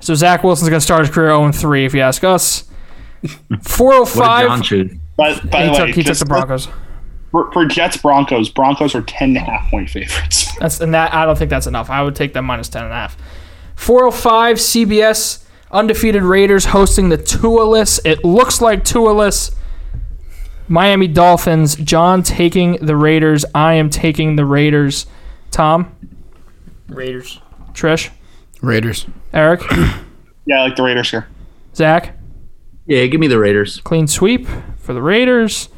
Speaker 1: So Zach Wilson's going to start his career 0 3, if you ask us.
Speaker 5: What did John
Speaker 1: 405.
Speaker 5: choose?
Speaker 4: By, by
Speaker 1: He
Speaker 4: the way,
Speaker 1: took, he took
Speaker 4: just
Speaker 1: the Broncos.
Speaker 4: For, for Jets Broncos, Broncos are 10 and a half point favorites.
Speaker 1: That's and that I don't think that's enough. I would take that minus ten and a half. Four oh five CBS undefeated Raiders hosting the Tualess. It looks like Tualess. Miami Dolphins. John taking the Raiders. I am taking the Raiders. Tom,
Speaker 6: Raiders.
Speaker 1: Trish,
Speaker 2: Raiders.
Speaker 1: Eric,
Speaker 4: Yeah, I like the Raiders here.
Speaker 1: Zach.
Speaker 5: Yeah, give me the Raiders.
Speaker 1: Clean sweep for the Raiders.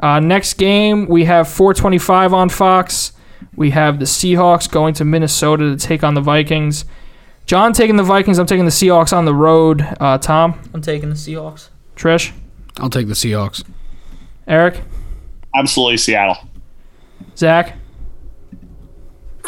Speaker 1: Uh, next game we have 425 on Fox. We have the Seahawks going to Minnesota to take on the Vikings. John taking the Vikings. I'm taking the Seahawks on the road. Uh, Tom,
Speaker 6: I'm taking the Seahawks.
Speaker 1: Trish,
Speaker 2: I'll take the Seahawks.
Speaker 1: Eric,
Speaker 4: Absolutely Seattle.
Speaker 1: Zach,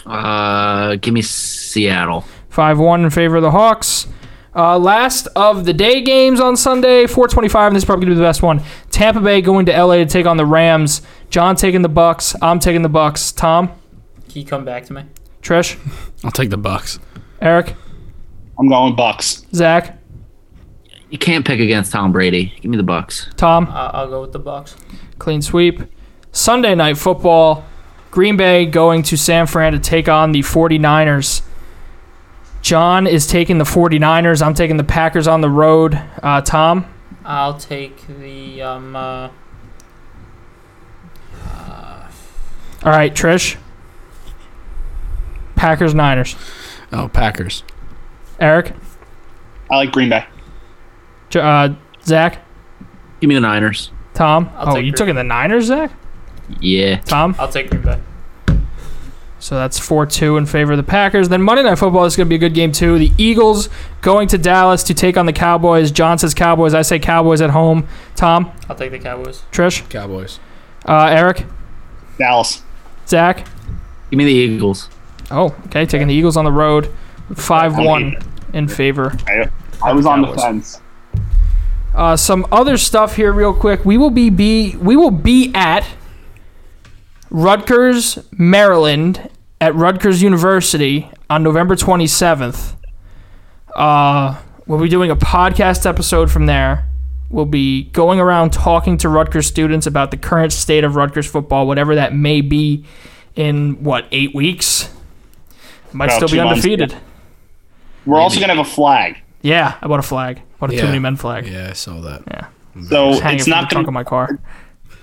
Speaker 5: Uh, give me Seattle.
Speaker 1: five one in favor of the Hawks. Uh, last of the day games on Sunday, 425, and this is probably gonna be the best one. Tampa Bay going to LA to take on the Rams. John taking the Bucks. I'm taking the Bucks. Tom,
Speaker 6: Can you come back to me?
Speaker 1: Trish,
Speaker 2: I'll take the Bucks.
Speaker 1: Eric,
Speaker 4: I'm going Bucks.
Speaker 1: Zach,
Speaker 5: You can't pick against Tom Brady. Give me the Bucks.
Speaker 1: Tom.
Speaker 6: I- I'll go with the Bucks.
Speaker 1: clean sweep. Sunday night football, Green Bay going to San Fran to take on the 49ers. John is taking the 49ers. I'm taking the Packers on the road. Uh, Tom,
Speaker 6: I'll take the um. Uh,
Speaker 1: all right, Trish. Packers, Niners.
Speaker 2: Oh, Packers.
Speaker 1: Eric,
Speaker 4: I like Green Bay.
Speaker 1: J- uh, Zach,
Speaker 5: Give me the Niners.
Speaker 1: Tom.
Speaker 6: I'll
Speaker 1: oh,
Speaker 6: take
Speaker 1: you
Speaker 6: Green-
Speaker 1: took in the Niners, Zach?
Speaker 5: Yeah.
Speaker 1: Tom?
Speaker 6: I'll take Green Bay.
Speaker 1: So that's 4 2 in favor of the Packers. Then Monday Night Football is going to be a good game, too. The Eagles going to Dallas to take on the Cowboys. John says Cowboys. I say Cowboys at home. Tom?
Speaker 6: I'll take the Cowboys.
Speaker 1: Trish?
Speaker 2: Cowboys.
Speaker 1: Uh, Eric,
Speaker 4: Dallas.
Speaker 1: Zach.
Speaker 5: Give me the Eagles.
Speaker 1: Oh, okay, taking the Eagles on the road, five one in favor.
Speaker 4: I, I was on the
Speaker 1: Cowboys.
Speaker 4: fence.
Speaker 1: Uh, some other stuff here, real quick. We will be, be we will be at Rutgers, Maryland, at Rutgers University on November twenty seventh. Uh, we'll be doing a podcast episode from there. We'll be going around talking to Rutgers students about the current state of Rutgers football, whatever that may be, in what eight weeks. Might
Speaker 4: About
Speaker 1: still be
Speaker 4: two months, yeah.
Speaker 1: undefeated.
Speaker 4: We're also going to have a flag.
Speaker 1: Yeah, I bought a flag. Bought a too
Speaker 2: Yeah.
Speaker 1: many men flag.
Speaker 2: Yeah, I saw that.
Speaker 4: So
Speaker 1: It's hanging
Speaker 4: it's
Speaker 1: from
Speaker 4: not
Speaker 1: the trunk of
Speaker 4: going
Speaker 1: my car.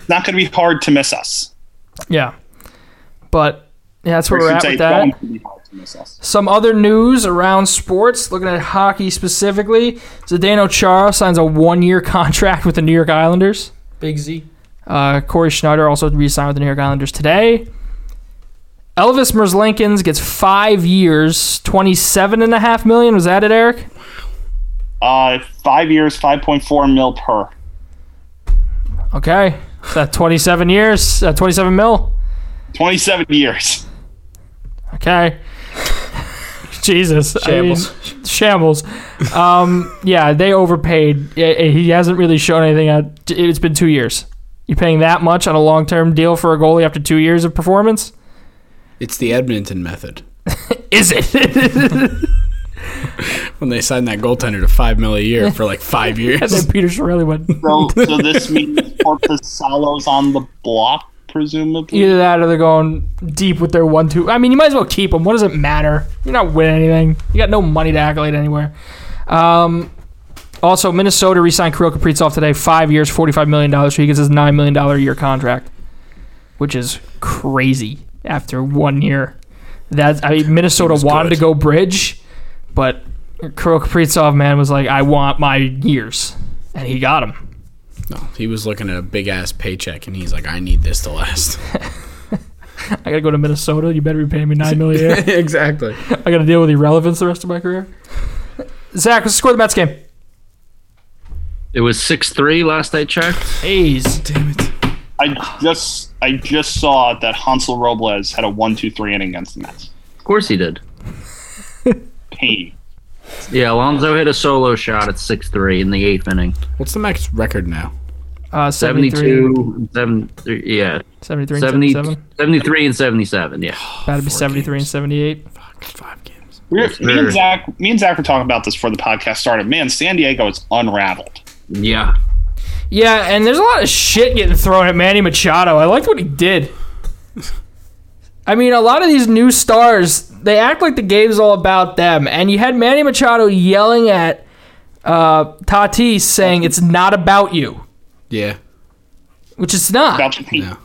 Speaker 4: to be hard to miss us.
Speaker 1: Yeah, but yeah, that's where
Speaker 4: Or I
Speaker 1: we're
Speaker 4: should
Speaker 1: at
Speaker 4: say
Speaker 1: with
Speaker 4: it's
Speaker 1: that.
Speaker 4: going to be hard to miss us.
Speaker 1: Some other news around sports, looking at hockey specifically. Zdeno Chara signs a one-year contract with the New York Islanders.
Speaker 6: Big Z.
Speaker 1: Uh, Corey Schneider also re-signed with the New York Islanders today. Elvis Merzlikins gets five years, twenty-seven and a half million. Was that it, Eric?
Speaker 4: Uh, five years, 5.4 mil per.
Speaker 1: Okay, that twenty-seven years, uh, twenty-seven mil.
Speaker 4: 27 years.
Speaker 1: Okay. Jesus. I mean,
Speaker 6: Shambles.
Speaker 1: shambles. Um, yeah, they overpaid. I- I- He hasn't really shown anything. out- It's been two years. You're paying that much on a long term deal for a goalie after two years of performance?
Speaker 2: It's the Edmonton method.
Speaker 1: Is it?
Speaker 2: When they signed that goaltender to five mil a year for like five
Speaker 1: That's
Speaker 2: years.
Speaker 1: what Peter Shirelli went.
Speaker 4: So, so this means Portisalo's on the block, presumably.
Speaker 1: Either that or they're going deep with their one two. I mean, you might as well keep them. What does it matter? You're not winning anything. You got no money to accolade anywhere. Um, also, Minnesota re-signed Kirill Kaprizov today, five years, forty-five million dollars. So he gets his nine million dollar a year contract, which is crazy after one year. That's I mean, Minnesota
Speaker 2: was
Speaker 1: wanted
Speaker 2: good.
Speaker 1: to go bridge, but Kirill Kaprizov man was like, I want my years, and he got him.
Speaker 2: No, he was looking at a big ass paycheck, and he's like, "I need this to last."
Speaker 1: I gotta go to Minnesota. You better be paying me nine million a year.
Speaker 2: exactly.
Speaker 1: I got to deal with irrelevance the rest of my career. Zach, what's the score of the Mets game?
Speaker 5: It was six three last I checked.
Speaker 1: A's.
Speaker 2: Damn it.
Speaker 4: I just I just saw that Hansel Robles had a one two three inning against the Mets.
Speaker 5: Of course he did.
Speaker 4: Pain.
Speaker 5: Yeah, Alonzo hit a solo shot at six three in the eighth inning.
Speaker 2: What's the Mets record now?
Speaker 1: Uh, 73,
Speaker 5: 72, 73, yeah,
Speaker 1: 73 and
Speaker 5: 70,
Speaker 1: 77.
Speaker 5: 73 and 77, yeah.
Speaker 1: That'd be 73 and 78.
Speaker 2: Five games.
Speaker 4: We were-
Speaker 5: Yes,
Speaker 4: me,
Speaker 5: sir.
Speaker 4: and Zach, me and Zach were talking about this before the podcast started. Man, San Diego is unraveled.
Speaker 5: Yeah.
Speaker 1: Yeah, and there's a lot of shit getting thrown at Manny Machado. I liked what he did. I mean, a lot of these new stars, they act like the game's all about them. And you had Manny Machado yelling at uh, Tatis saying, it's not about you,
Speaker 2: Yeah.
Speaker 1: which it's not.
Speaker 4: About to peak.
Speaker 2: No.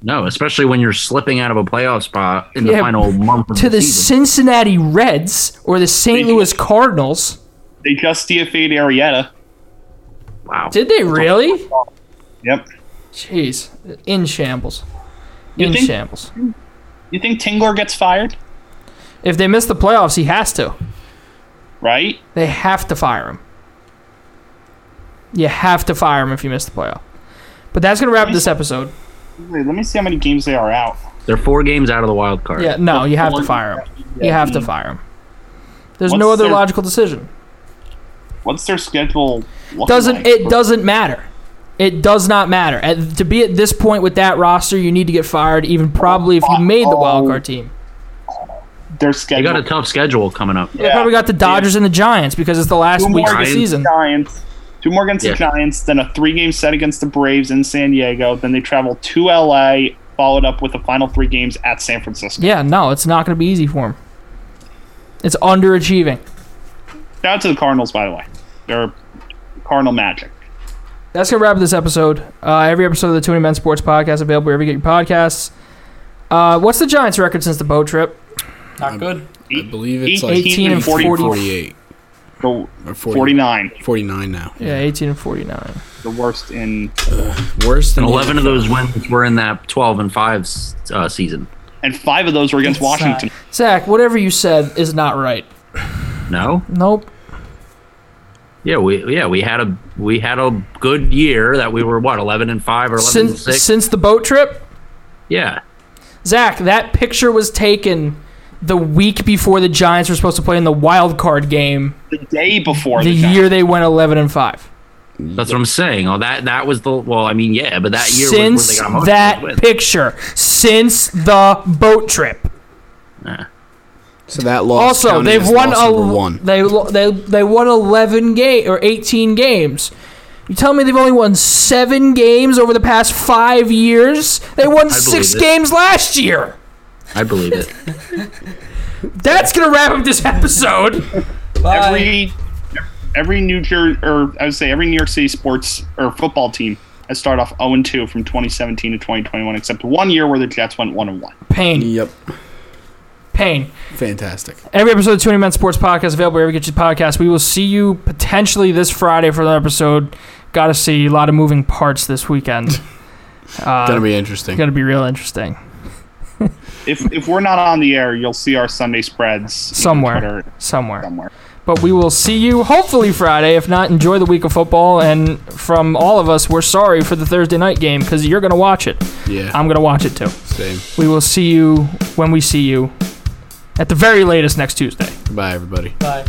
Speaker 5: No, especially when you're slipping out of a playoff spot in the
Speaker 1: Yeah,
Speaker 5: final month of
Speaker 1: To the
Speaker 5: season.
Speaker 1: Cincinnati Reds or the St.
Speaker 4: They-
Speaker 1: Louis Cardinals.
Speaker 4: They just DFA'd Arietta.
Speaker 5: Wow.
Speaker 1: Did they really?
Speaker 4: Yep.
Speaker 1: Jeez. In shambles. In
Speaker 4: think-
Speaker 1: shambles.
Speaker 4: You think Tingler gets fired?
Speaker 1: If they miss the playoffs, he has to.
Speaker 4: Right?
Speaker 1: They have to fire him. You have to fire him if you miss the playoff. But that's gonna wrap up this episode.
Speaker 4: Wait, let me see how many games they are out.
Speaker 5: They're four games out of the wild card.
Speaker 1: Yeah, no, you have to fire him. You have to fire him. There's no
Speaker 4: What's
Speaker 1: other
Speaker 4: their-
Speaker 1: logical decision.
Speaker 4: What's their schedule? looking
Speaker 1: Doesn't
Speaker 4: like?
Speaker 1: it? Doesn't matter. It does not matter. At, to be at this point with that roster, you need to get fired. Even probably if you made
Speaker 4: Oh.
Speaker 1: the wild card team.
Speaker 4: Their
Speaker 5: They
Speaker 4: schedule.
Speaker 5: got a tough schedule coming up.
Speaker 1: They probably got the
Speaker 4: Yeah.
Speaker 1: Dodgers and the Giants because it's the last
Speaker 4: Two
Speaker 1: week of
Speaker 4: more
Speaker 1: the
Speaker 5: Giants.
Speaker 1: season.
Speaker 4: Giants. Two more against
Speaker 5: Yeah.
Speaker 4: the Giants, then a three-game set against the Braves in San Diego. Then they travel to LA, followed up with the final three games at San Francisco.
Speaker 1: Yeah, no, it's not going to be easy for him. It's underachieving.
Speaker 4: Shout out to the Cardinals, by the way. They're Cardinal magic.
Speaker 1: that's gonna wrap up this episode. Uh, every episode of the Twenty Men Sports Podcast available wherever you get your podcasts. Uh, what's the Giants' record since the boat trip?
Speaker 6: Not good.
Speaker 2: I believe it's like
Speaker 1: 18 and 40.
Speaker 2: 48
Speaker 4: The
Speaker 2: or 40,
Speaker 4: 49,
Speaker 2: 49 now.
Speaker 1: Yeah, eighteen and forty-nine.
Speaker 4: the worst in,
Speaker 2: Worse than
Speaker 5: And 11 of those wins were in that 12 and 5 uh, season.
Speaker 4: and five of those were
Speaker 1: uh,
Speaker 4: against Washington.
Speaker 1: Zach, whatever you said is not right.
Speaker 5: No?
Speaker 1: Nope.
Speaker 5: Yeah, we yeah, we had a we had a good year that we were what, 11 and 5 or 11 and
Speaker 1: Since
Speaker 5: 6.
Speaker 1: since the boat trip,
Speaker 5: Yeah.
Speaker 1: Zach, that picture was taken the week before the Giants were supposed to play in the wild card game.
Speaker 4: The day before
Speaker 1: The
Speaker 4: the, Giants.
Speaker 1: year they went eleven and five.
Speaker 5: That's what I'm saying. Oh, that that was the well, I mean, yeah, but that year was
Speaker 1: Since
Speaker 5: where they got most
Speaker 1: that
Speaker 5: wins.
Speaker 1: picture, since the boat trip.
Speaker 5: Nah.
Speaker 2: So that loss.
Speaker 1: Also,
Speaker 2: counted
Speaker 1: they've
Speaker 2: as
Speaker 1: won
Speaker 2: loss
Speaker 1: a
Speaker 2: number one.
Speaker 1: they lo- they they won eleven game or eighteen games. You tell me they've only won seven games over the past five years. They won six
Speaker 5: it.
Speaker 1: games last year.
Speaker 5: I believe it.
Speaker 1: That's gonna wrap up this episode.
Speaker 6: Bye.
Speaker 4: every every New Jersey or I would say every New York City sports or football team has started off 0 and 2 from 2017 to 2021, except one year where the Jets went 1 and 1.
Speaker 1: Pain,
Speaker 2: Yep.
Speaker 1: pain.
Speaker 2: Fantastic.
Speaker 1: Every episode of 20 Men Sports Podcast available wherever you get your podcast. We will see you potentially this Friday for another episode. Got to see a lot of moving parts this weekend.
Speaker 2: Gonna be interesting.
Speaker 1: Going to be real interesting.
Speaker 4: If if we're not on the air, you'll see our Sunday spreads
Speaker 1: Somewhere.
Speaker 4: Twitter,
Speaker 1: Somewhere.
Speaker 4: somewhere.
Speaker 1: But we will see you hopefully Friday. If not, enjoy the week of football. And from all of us, we're sorry for the Thursday night game because you're going to watch it.
Speaker 2: yeah.
Speaker 1: I'm going to watch it too.
Speaker 2: same.
Speaker 1: We will see you when we see you at the very latest next Tuesday.
Speaker 2: Goodbye, everybody.
Speaker 6: Bye.